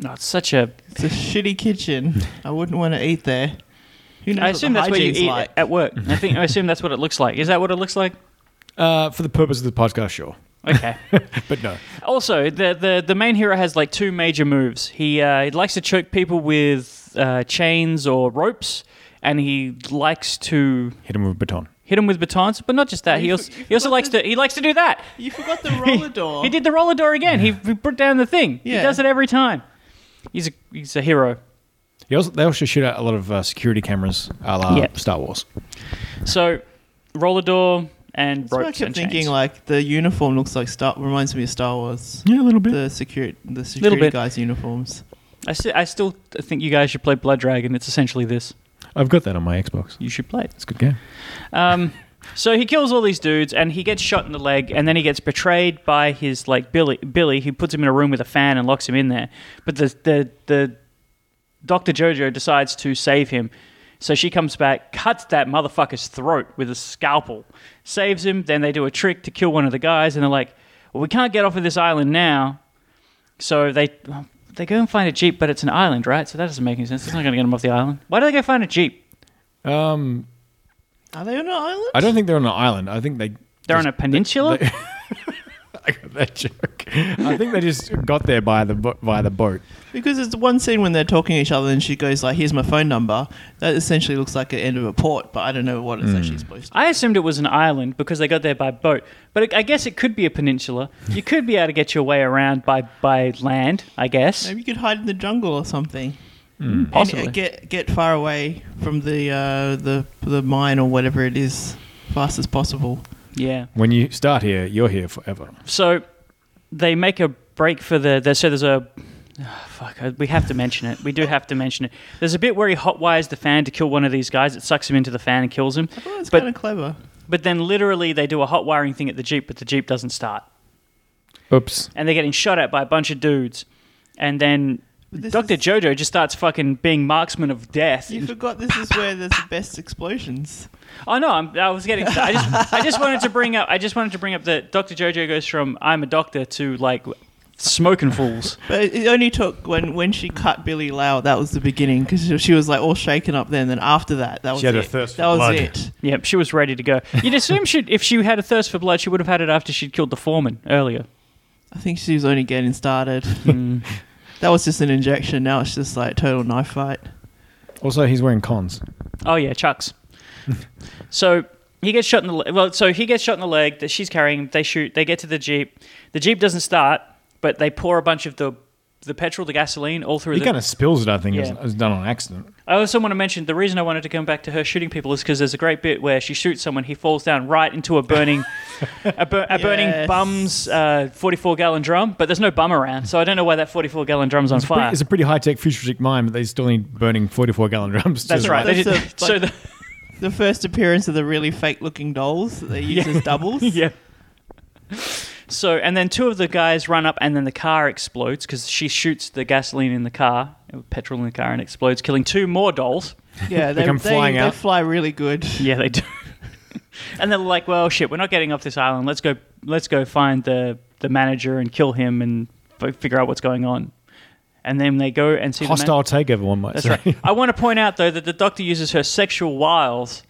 no, it's such a.
It's a shitty kitchen. I wouldn't want to eat there. Who knows
I assume
what
that's
the
where you
hygiene's
eat
like.
at work. I think I assume that's what it looks like. Is that what it looks like?
Uh, for the purpose of the podcast, sure,
Okay.
but no.
also, the, the the main hero has like two major moves. He uh, he likes to choke people with uh, chains or ropes, and he likes to
Hit him with a baton.
hit him with batons. But not just that. He
you
also,
for- you
he also
forgot
likes to he likes to do that.
You forgot the roller door.
He did the roller door again. He, he put down the thing. He
Yeah.
does it every time. He's a he's a hero.
He also, they also shoot out a lot of uh, security cameras, a la
Yeah.
Star Wars.
So roller door and
That's why I
ropes
kept
and
thinking,
chains.
like, the uniform looks like Star. Reminds me of Star Wars.
Yeah, a little bit.
The security, the security
bit.
guys' uniforms.
I, sti- I still think you guys should play Blood Dragon. It's essentially this.
I've got that on my Xbox.
You should play it.
It's a good game.
Um, so he kills all these dudes, and he gets shot in the leg, and then he gets betrayed by his like Billy. Billy, who puts him in a room with a fan and locks him in there. But the the the Doctor Jojo decides to save him. So she comes back, cuts that motherfucker's throat with a scalpel, saves him. Then they do a trick to kill one of the guys, and they're like, "Well, we can't get off of this island now." So they they go and find a jeep, but it's an island, right? So that doesn't make any sense. It's not going to get them off the island. Why do they go find a jeep?
Um,
Are they on an island?
I don't think they're on an island. I think they.
They're on a peninsula.
I got that joke. I think they just got there by the bo- by the boat.
Because it's one scene when they're talking to each other and she goes like, "Here's my phone number." That essentially looks like the end of a port, but I don't know what it's
Hmm.
actually supposed to.
I assumed it was an island because they got there by boat, but it, I guess it could be a peninsula. You could be able to get your way around by, by land, I guess.
Maybe you could hide in the jungle or something.
Hmm.
And, uh,
Possibly.
get get far away from the uh, the the mine or whatever it is, fast as possible.
Yeah.
When you start here, you're here forever.
So they make a break for the. the so there's a. ah, fuck, I- we have to mention it. We do have to mention it. There's a bit where he hotwires the fan to kill one of these guys. It sucks him into the fan and kills him.
Well, it's
But-
kind of clever.
But then literally they do a hot wiring thing at the Jeep, but the Jeep doesn't start.
Oops.
and they're getting shot at by a bunch of dudes. And then
This
Dr.
is-
Jojo just starts fucking being marksman of death.
You forgot this is where there's the best explosions.
Oh no, I'm, I was getting. I just, I just wanted to bring up. I just wanted to bring up that Doctor Jojo goes from I'm a doctor to like smoking fools.
But it- it only took when, when she cut Billy Lau, that was the beginning because she, she was like all shaken up then. Then after that, that was
had a
it.
thirst for
that was
blood.
it.
Yep, she was ready to go. You'd assume she, if she had a thirst for blood, she would have had it after she'd killed the foreman earlier.
I think she was only getting started.
Hmm.
that was just an injection. Now it's just like total knife fight.
Also, he's wearing cons.
Oh yeah, Chucks. so he gets shot in the le- well. So he gets shot in the leg that she's carrying. They shoot. They get to the jeep. The jeep doesn't start, but they pour a bunch of the the petrol, the gasoline, all through.
He
the,
kind of spills it. I think
Yeah.
it was done on accident.
I also want to mention the reason I wanted to come back to her shooting people is because there's a great bit where she shoots someone, he falls down right into a burning, a, bur- a burning
Yes.
bum's uh, 44 gallon drum, but there's no bum around, so I don't know why that 44 gallon drum's on
It's,
fire.
pretty, it's a pretty high tech futuristic mine, but they still need burning 44 gallon drums. to-
That's right. They
That's
did-
a-
so the,
like- The first appearance of the really fake looking dolls that they use as doubles.
yeah. So and then two of the guys run up, and then the car explodes because she shoots the gasoline in the car, petrol in the car, and explodes, killing two more dolls.
Yeah, they,
come
they,
flying
they
out.
fly really good.
Yeah, they do. and they're like, "Well, shit, we're not getting off this island. Let's go. Let's go find the the manager and kill him and f- figure out what's going on." And then they go and see
Hostile
The man-
takeover, one might
That's
say.
right. I want to point out though that the doctor uses her sexual wiles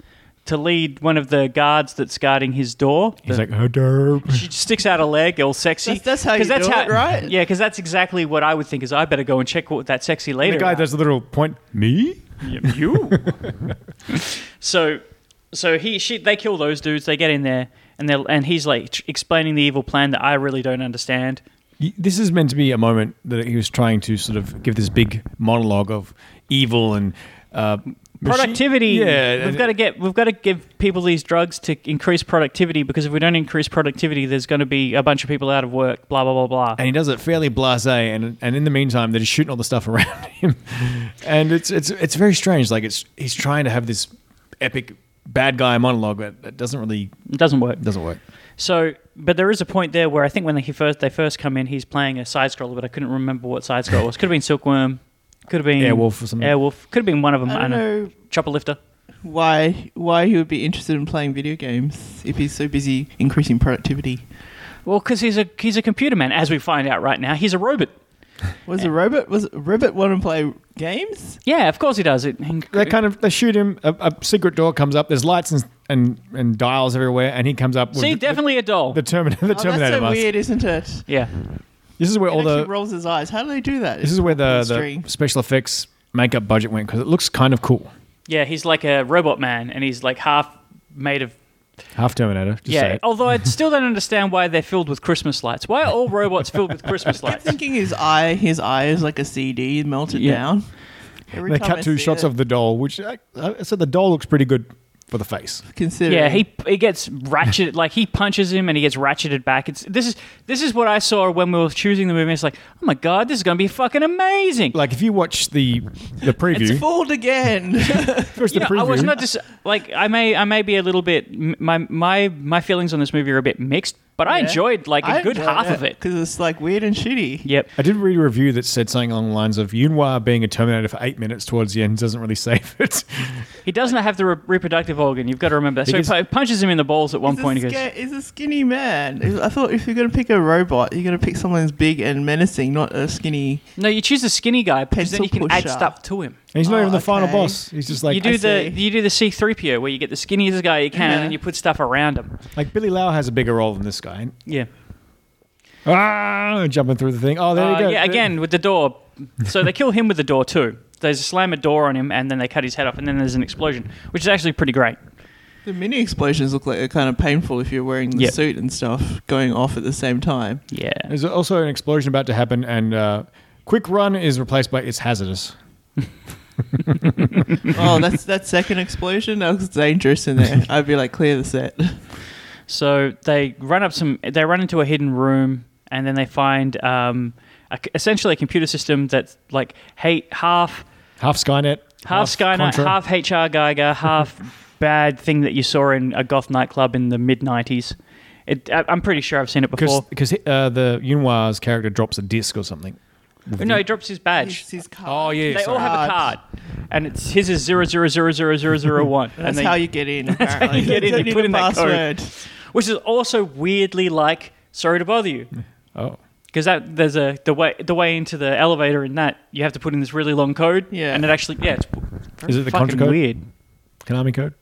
to lead one of the guards that's guarding his door.
He's
The-
like, oh, derp.
she sticks out a leg, all sexy.
That's- that's how you
'Cause
do it, right?
Yeah, because that's exactly what I would think. Is I better go and check what that sexy lady.
The guy
out.
does a little point, me?
Yeah, you. so, so he, she, they kill those dudes. They get in there, and they are and he's like tr- explaining the evil plan that I really don't understand.
Y- This is meant to be a moment that he was trying to sort of give this big monologue of evil and uh, machi-
Productivity.
yeah,
we've got to get, we've got to give people these drugs to increase productivity because if we don't increase productivity, there's going to be a bunch of people out of work. Blah blah blah blah.
and he does it fairly blasé. And and in the meantime, they're just shooting all the stuff around him, and it's it's it's very strange. Like it's he's trying to have this epic bad guy monologue that, that doesn't really
it doesn't work.
doesn't work.
So, but there is a point there where I think when he first they first come in, he's playing a side scroller, but I couldn't remember what side scroll was. Could have been Silkworm, could have been
Airwolf or something.
Airwolf could have been one of them.
I don't know
Chopper lifter.
why why he would be interested in playing video games if he's so busy increasing productivity.
Well, because he's a he's a computer man, as we find out right now. He's a robot.
Was a robot was a robot want to play games?
Yeah, of course he does it.
They kind of they shoot him. A, a secret door comes up. There's lights and and, and dials everywhere, and he comes up. With
See,
the,
definitely a doll.
the, Terminator. The
Oh, that's
Terminator
so
mask.
weird, isn't it?
yeah,
This is where all
He actually
the
rolls his eyes. How do they do that?
This is where the,
String.
the special effects makeup budget went because it looks kind of cool.
yeah, he's like a robot man, and he's like half made of.
Half Terminator. Just say
Yeah,
it.
although I still don't understand why they're filled with Christmas lights. Why are all robots filled with Christmas
I'm
lights?
thinking his eye, his eye is like a CD melted
Yeah.
down. Every
They
time I
cut two
see
shots
it,
of the doll, which I, I said the doll looks pretty good for the face.
consider.
Yeah, he he gets ratcheted like he punches him and he gets ratcheted back. It's this is this is what I saw when we were choosing the movie. It's like, oh my god, this is gonna be fucking amazing.
Like if you watch the the preview,
it's fooled again.
first the
You know,
preview,
I was not dis- like I may I may be a little bit m- my my my feelings on this movie are a bit mixed, but I enjoyed like a good half of it.
because it's like weird and shitty.
Yep.
I did read a review that said something along the lines of Yunhua being a Terminator for eight minutes towards the end doesn't really save it.
He doesn't have the re- reproductive organ. You've got to remember that. So he
Because-
pu- punches him in the balls at one
He's
point.
a,
He goes,
sca- he's a skinny man. I thought if you're gonna pick a robot, you're gonna pick someone who's big and menacing, not a skinny.
"No, you choose the skinny guy because then
Pencil
you can add
pusher.
stuff to him."
And he's not
Oh,
even the final
okay.
boss. He's just like
you do the
see.
you do the C three PO where you get the skinniest guy you can,
Yeah.
and then you put stuff around him.
like Billy Lau has a bigger role than this guy.
Yeah.
Ah, jumping through the thing. Oh, there
Uh,
you go.
Yeah, again with the door. So they kill him with the door too. They slam a door on him, and then they cut his head off, and then there's an explosion, which is actually pretty great.
The mini explosions look like they're kind of painful if you're wearing the
Yep.
suit and stuff going off at the same time.
Yeah.
There's also an explosion about to happen, and uh, quick run is replaced by it's hazardous.
oh, that's that second explosion. That was dangerous in there. I'd be like, clear the set.
So they run up some. They run into a hidden room, and then they find um, a, essentially a computer system that's like hey, half
Half Skynet,
half, Skynet,
Contra.
half HR Geiger, half bad thing that you saw in a goth nightclub in the mid '90s. It, I, I'm pretty sure I've seen it before.
because uh, the Yunhwa's character drops a disc or something.
No, he drops his badge.
His, his card.
Oh yeah,
they all have a card, and it's his is zero zero zero zero zero zero one. and
That's
they-
how you get in. Apparently.
you get in,
don't
you
need
put
a
in that code.
password.
which is also weirdly like sorry to bother you
Oh,
because that there's a the way the way into the elevator in that you have to put in this really long code
Yeah.
and it actually yeah it's
is it the
fucking
contra code?
weird
Konami code?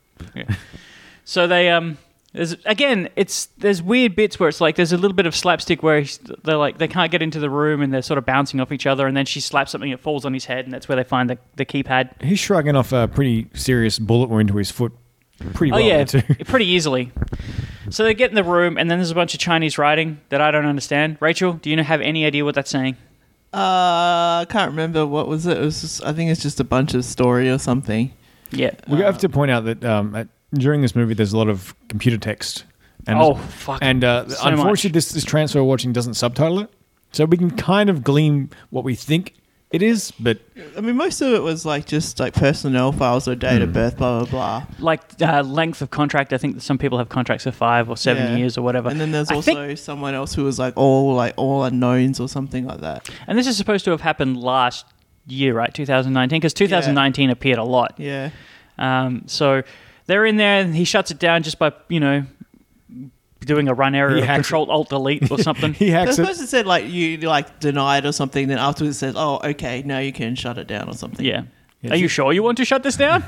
so they um there's again it's there's weird bits where it's like there's a little bit of slapstick where he's- they're like they can't get into the room and they're sort of bouncing off each other and then she slaps something it falls on his head and that's where they find the, the keypad
He's shrugging off a pretty serious bullet wound to his foot. Pretty
Oh
well,
yeah,
too.
pretty easily. So they get in the room, and then there's a bunch of Chinese writing that I don't understand. Rachel, do you have any idea what that's saying?
Uh, I can't remember what was it. It was just, I think it's just a bunch of story or something.
Yeah.
We have to point out that um, at, during this movie, there's a lot of computer text. And
Oh, fuck.
And uh,
So
unfortunately,
much.
this this transfer watching doesn't subtitle it, so we can kind of glean what we think it is, but
I mean, most of it was like just like personnel files or
Hmm.
date of birth, blah blah blah.
Like uh, length of contract. I think that some people have contracts of five or seven
Yeah.
years or whatever.
And then there's
I
also
think-
someone else who was like all like all unknowns or something like that.
and this is supposed to have happened last year, right? 2019, because 2019 appeared a lot.
Yeah.
Um, so they're in there, and he shuts it down just by you know doing a run
He
error,
hacks it.
control alt delete or something.
he
I
hacks it.
suppose it said like you like denied or something. Then afterwards it says, "Oh, okay, now you can shut it down" or something.
yeah. Are you sure you want to shut this down?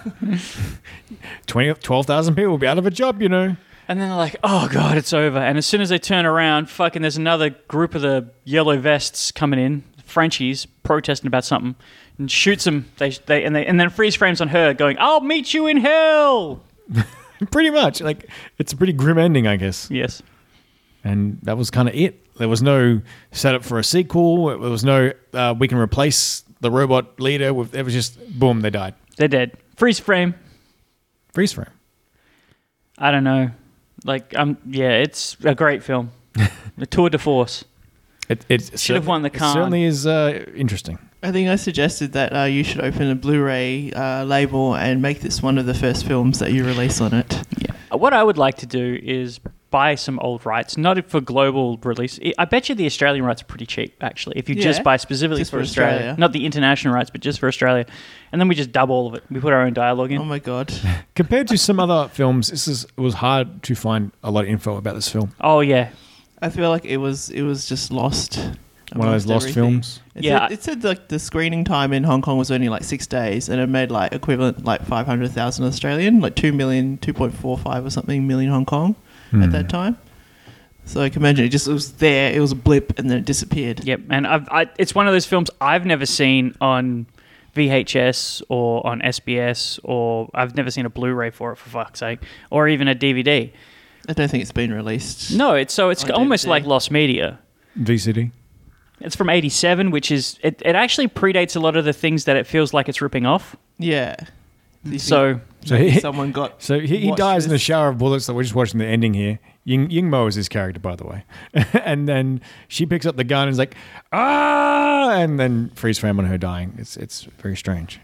20 12,000 people will be out of a job, you know.
And then they're like, oh God, it's over. And as soon as they turn around, fucking there's another group of the yellow vests coming in, Frenchies, protesting about something, and shoots them. They, they, and, they, and then freeze frames on her going, I'll meet you in hell.
Pretty much. Like, it's a pretty grim ending, I guess.
Yes.
And that was kind of it. There was no setup for a sequel. There was no, uh, we can replace the robot leader with, it was just, boom, they died.
They're dead. Freeze frame.
Freeze frame.
I don't know. Like, um, yeah, it's a great film. the tour de force.
It, it
Should have
cer-
won the
it
Cannes.
certainly is uh, interesting.
I think I suggested that uh, you should open a Blu-ray uh, label and make this one of the first films that you release on it.
What I would like to do is buy some old rights, not for global release. I- I bet you the Australian rights are pretty cheap, actually, if you just
Yeah.
buy specifically
Just
for,
for
Australia.
Australia.
Not the international rights, but just for Australia. And then we just dub all of it. We put our own dialogue in.
Oh my god!
Compared to some other films, this is it was hard to find a lot of info about this film.
oh, yeah.
I feel like it was it was just lost.
One of those
amongst
lost
everything.
films.
It
Yeah.
said, it said like the screening time in Hong Kong was only like six days, and it made like equivalent like five hundred thousand Australian, like two million, two point four five or something million Hong Kong at
Hmm.
that time. So I can imagine it just it was there, it was a blip, and then it disappeared.
Yep. And I've, I, it's one of those films I've never seen on VHS or on SBS, or I've never seen a Blu ray for it, for fuck's sake, or even a DVD.
I don't think it's been released.
No, it's, so it's
On
almost
DVD.
like lost media.
VCD.
It's from 87, which is, it, it actually predates a lot of the things that it feels like it's ripping off.
Yeah. Do you
So,
think
So he,
someone got
so he, he
watched
dies in a
this?
shower of bullets. That we're just watching the ending here. Ying, Ying Mo is his character, by the way. and then she picks up the gun and is like, ah! And then freeze frame on her dying. It's it's very strange.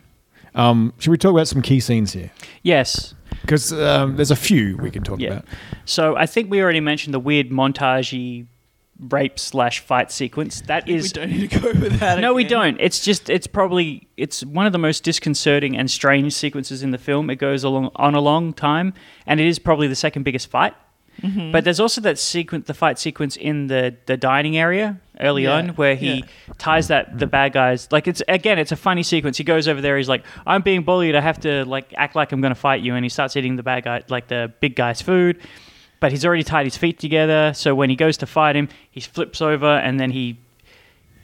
Um, should we talk about some key scenes here?
yes.
Because um, there's a few we can talk
Yeah.
about.
So I think we already mentioned the weird montagey rape slash fight sequence. That
we
is
don't need to go with that.
no, we
again.
don't. It's just it's probably it's one of the most disconcerting and strange sequences in the film. It goes along on a long time, and it is probably the second biggest fight.
Mm-hmm.
But there's also that sequence, the fight sequence in the the dining area early
Yeah,
on, where he ties that the bad guys. Like it's again, it's a funny sequence. He goes over there. He's like, "I'm being bullied. I have to like act like I'm going to fight you." And he starts eating the bad guy, like the big guy's food. But he's already tied his feet together. So when he goes to fight him, he flips over and then he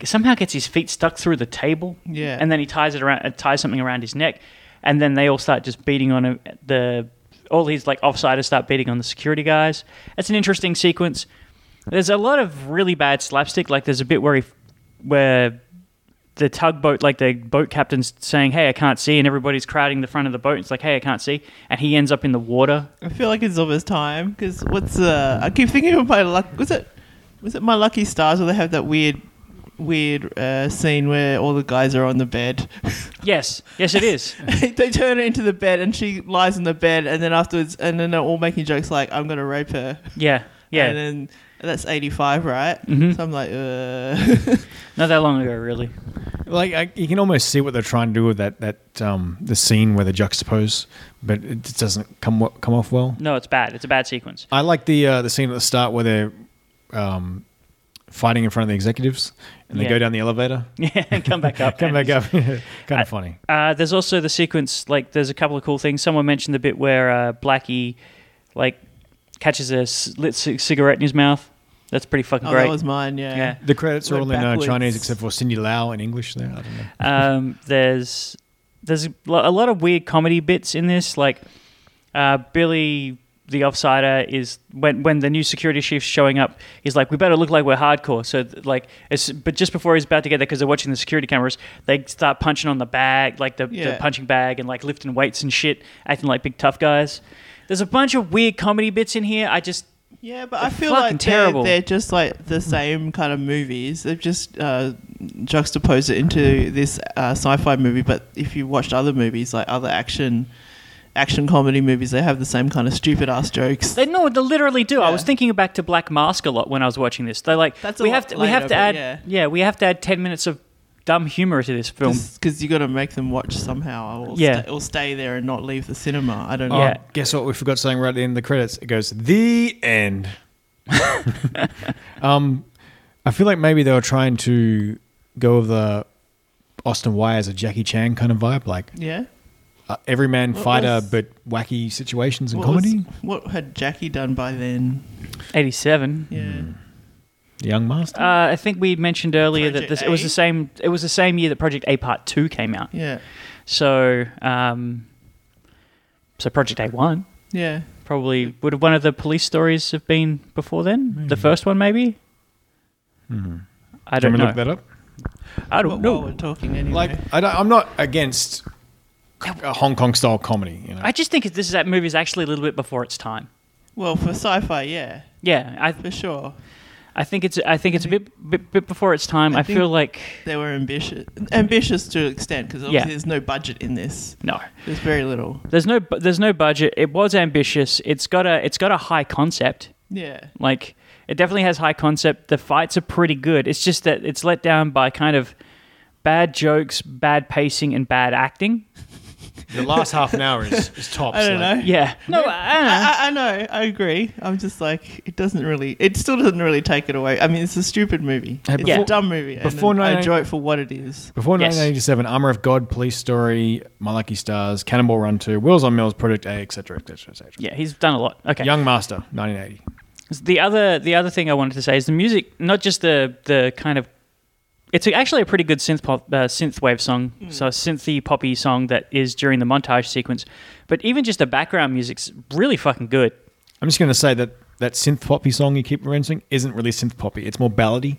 somehow gets his feet stuck through the table.
Yeah.
And then he ties it around, uh, ties something around his neck, and then they all start just beating on him. The all his like offsiders start beating on the security guys. That's an interesting sequence. There's a lot of really bad slapstick. Like there's a bit where he, where the tugboat, like the boat captain's saying, "Hey, I can't see," and everybody's crowding the front of the boat. It's like, "Hey, I can't see," and he ends up in the water.
I feel like it's of his time because what's uh? I keep thinking of my luck. Was it was it my lucky stars where they have that weird weird uh, scene where all the guys are on the bed?
Yes, yes, it is.
they turn her into the bed and she lies on the bed and then afterwards and then they're all making jokes like I'm gonna rape her.
yeah. Yeah.
And then that's 85, right? Mm-hmm. So I'm like, uh.
Not that long ago, really.
Like I, you can almost see what they're trying to do with that that um, the scene where they juxtapose, but it just doesn't come wo- come off well.
No, it's bad. It's a bad sequence.
I like the uh, the scene at the start where they're um, fighting in front of the executives, and they
Yeah.
go down the elevator.
Yeah, and come back up.
Come
and-
back up, kind
I-
of funny.
Uh, there's also the sequence, like, there's a couple of cool things. Someone mentioned the bit where uh, Blackie, like, catches a c- lit c- cigarette in his mouth. That's pretty fucking
Oh,
great.
that was mine,
Yeah.
yeah.
The credits are
Went
all in uh, Chinese
backwards.
except for Cindy Lau in English. There, I don't know.
um, there's there's a lo- a lot of weird comedy bits in this. Like uh, Billy the offsider is when when the new security chief's showing up, he's like, "We better look like we're hardcore." So th- like, it's, but just before he's about to get there, because they're watching the security cameras, they start punching on the bag, like the, the
Yeah.
punching bag, and like lifting weights and shit, acting like big tough guys. There's a bunch of weird comedy bits in here. I just
Yeah, but I
They're
feel
fucking
like they're,
terrible. Hmm.
they're just like the same kind of movies. They've just uh, juxtaposed it into this uh, sci-fi movie. But if you watched other movies, like other action action comedy movies, they have the same kind of stupid ass jokes.
They no, they literally do. I
Yeah.
was thinking back to Black Mask a lot when I was watching this. They're like,
That's a
we
lot
have to, we have
later,
to add,
but
yeah.
yeah.
we have to add ten minutes of dumb humor to this film.
Because you got to make them watch somehow, or,
Yeah.
yeah. or stay there and not leave the cinema. I don't know.
Oh,
Yeah.
guess what? We forgot something right at the end of the credits. It goes the end. um, I feel like maybe they were trying to go with the Austin Wires a Jackie Chan kind of vibe, like
Yeah.
uh, everyman fighter,
was-
but wacky situations and
What was-
comedy.
what had Jackie done by then?
Eighty-seven.
Yeah.
The Young Master.
Uh, I think we mentioned earlier that
Project
this, it was
A?
the same. It was the same year that Project A Part Two came out.
Yeah.
So, um, so Project A One
Yeah.
probably would have one of the police stories have been before then. The first one, maybe. I don't
Can Mm-hmm. we
know.
look that up?
I don't
But
know.
while we're talking anyway.
Like, I don't, I'm not against a Hong Kong style comedy. You know,
I just think this is that movie is actually a little bit before its time.
well, for sci-fi, yeah,
Yeah, I,
for sure.
I think it's I think it's a bit, bit bit before its time. I,
I
feel
think-
like
they were ambitious ambitious to an extent because obviously
Yeah.
there's no budget in this
no,
there's very little
there's no bu- there's no budget. It was ambitious. It's got a it's got a high concept.
yeah
Like it definitely has high concept. The fights are pretty good. It's just that it's let down by kind of bad jokes, bad pacing, and bad acting.
the last half an hour is, is tops.
i don't
like-
know
Yeah, no, uh, I don't know.
I, I, I know i agree i'm just like it doesn't really it still doesn't really take it away i mean it's a stupid movie
Hey,
it's
before-
a dumb movie and
before
i
9
enjoy it for what it is
Before
Yes.
1987, Armor of God, Police Story, My Lucky Stars, Cannonball Run 2, Wheels on Mills, Project A, etc., etc., etc.
yeah, he's done a lot. Okay,
Young Master, 1980.
The other the other thing I wanted to say is the music, not just the the kind of it's actually a pretty good synth pop, uh, synth wave song,
Hmm.
so a synthy poppy song that is during the montage sequence. But even just the background music's really fucking good.
I'm just going to say that that synth poppy song you keep referencing isn't really synth poppy. It's more ballady.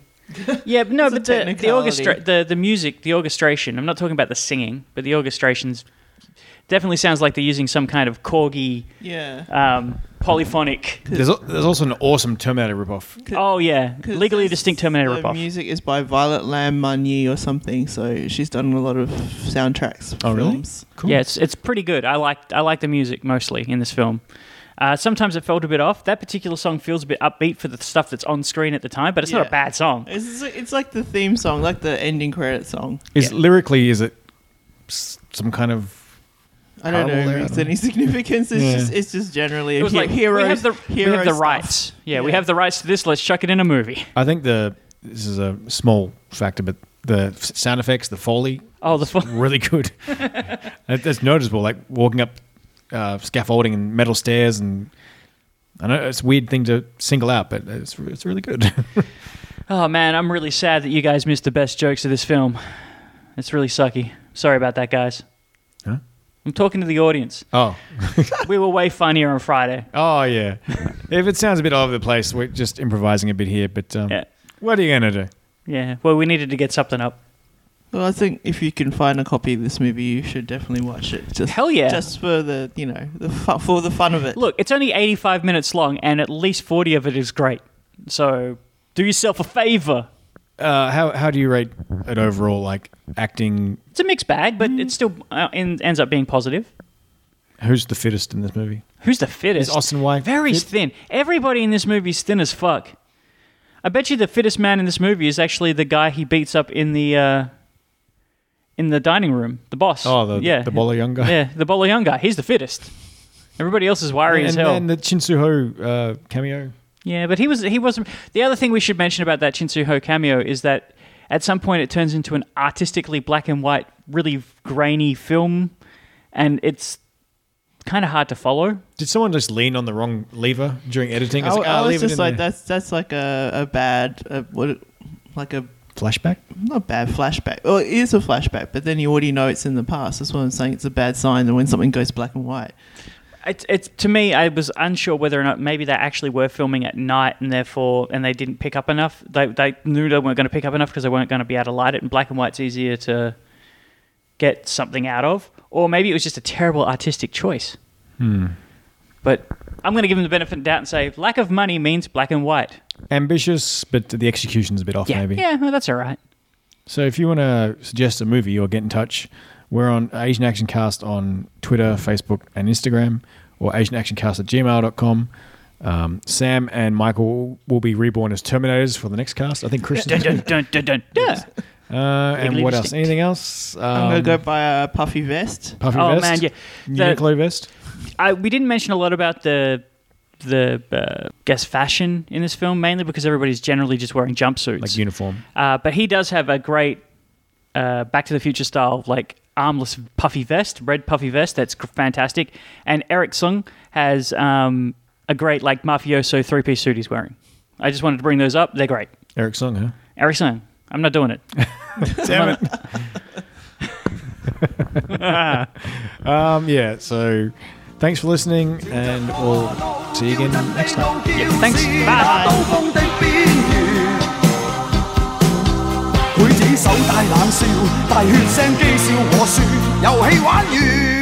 Yeah, but no, but
It's a
the the,
technicality.
orchestra- the the music, the orchestration. I'm not talking about the singing, but the orchestrations definitely sounds like they're using some kind of corgi
yeah
um, polyphonic.
There's, al- there's also an awesome Terminator ripoff.
Oh yeah,
'Cause
legally
this-
distinct Terminator
the
ripoff.
music is by violet lamb munyi or something so she's done a lot of soundtracks for
Oh, really?
films
Cool.
Yeah, it's, it's pretty good. I like I like the music mostly in this film. Uh, sometimes it felt a bit off. That particular song feels a bit upbeat for the stuff that's on screen at the time, but it's not a
Yeah.
bad song.
it's, it's like the theme song like the ending credit song
Is lyrically, is it s- some kind of
I don't know
Probably,
if
I
it's
don't know.
any significance. It's
Yeah.
just it's just generally
It was
he-
like
hero.
we have the
hero
we have the
stuff.
rights. Yeah, we
Yeah.
have the rights to this. Let's chuck it in a movie.
I think the this is a small factor, but the f- sound effects, the foley,
Oh, the fu-
really good. That- That's noticeable, like walking up uh, scaffolding and metal stairs, and I know it's a weird thing to single out, but it's it's really good.
oh man, I'm really sad that you guys missed the best jokes of this film. It's really sucky. Sorry about that, guys.
Huh?
I'm talking to the audience.
oh,
we were way funnier on Friday.
oh yeah. if it sounds a bit all over the place, we're just improvising a bit here. But um,
Yeah,
what are you gonna do?
yeah. Well, we needed to get something up.
Well, I think if you can find a copy of this movie, you should definitely watch it. Just
Hell yeah.
just for the you know the fu- for the fun of it.
Look, it's only 85 minutes long, and at least 40 of it is great. So do yourself a favor.
Uh, how how do you rate it overall? Like acting
It's a mixed bag, but it still uh, in, ends up being positive.
Who's the fittest in this movie?
Who's the fittest?
Is Austin White
Very
fit?
thin. Everybody in this movie's thin as fuck. I bet you the fittest man in this movie is actually the guy he beats up in the uh, in the dining room, the boss.
Oh, the
yeah,
the bowler young guy.
Yeah, the bowler young guy. He's the fittest. Everybody else is wiry
And,
as hell.
then the Chinsuho uh, cameo.
yeah, but he was he wasn't. The other thing we should mention about that Shinsu Ho cameo is that at some point it turns into an artistically black and white, really grainy film, and it's kind of hard to follow.
Did someone just lean on the wrong lever during editing?
I,
It's like,
I
"Ah,
was
leave it
just
in
like,
there."
that's that's like a, a bad, a, what, like a
Flashback.
not bad flashback. Well, it is a flashback, but then you already know it's in the past. That's what I'm saying. It's a bad sign that when something goes black and white.
It's it's to me, I was unsure whether or not maybe they actually were filming at night and therefore, and they didn't pick up enough. They, they knew they weren't going to pick up enough because they weren't going to be able to light it, and black and white's easier to get something out of. Or maybe it was just a terrible artistic choice. But I'm going to give them the benefit of the doubt and say lack of money means black and white.
Ambitious, but the execution's a bit off.
Yeah,
maybe.
yeah, well, that's all right.
So if you want to suggest a movie or get in touch, we're on Asian Action Cast on Twitter, Facebook, and Instagram, or asianactioncast at gmail.com. Um, Sam and Michael will be reborn as Terminators for the next cast. I think
dun,
Christian.
dun, dun, dun, dun. Yeah.
uh, and
Legally
what else?
distinct.
Anything else? Um,
I'm gonna go buy a puffy vest.
Puffy
Oh,
vest.
man, yeah. The-
Uniqlo vest.
I, we didn't mention a lot about the the uh, guess fashion in this film mainly because everybody's generally just wearing jumpsuits.
Like uniform.
Uh, but he does have a great uh, Back to the Future style, like armless puffy vest, red puffy vest. That's gr- fantastic. And Eric Sung has um, a great like mafioso three piece suit he's wearing. I just wanted to bring those up. They're great.
Eric Song, huh?
Eric Sung, I'm not doing it.
Damn it. um, yeah, so thanks for listening, and we'll see you again next time.
Thanks. Bye.
劊子手帶冷笑，大血腥讥笑我説，遊戲玩完。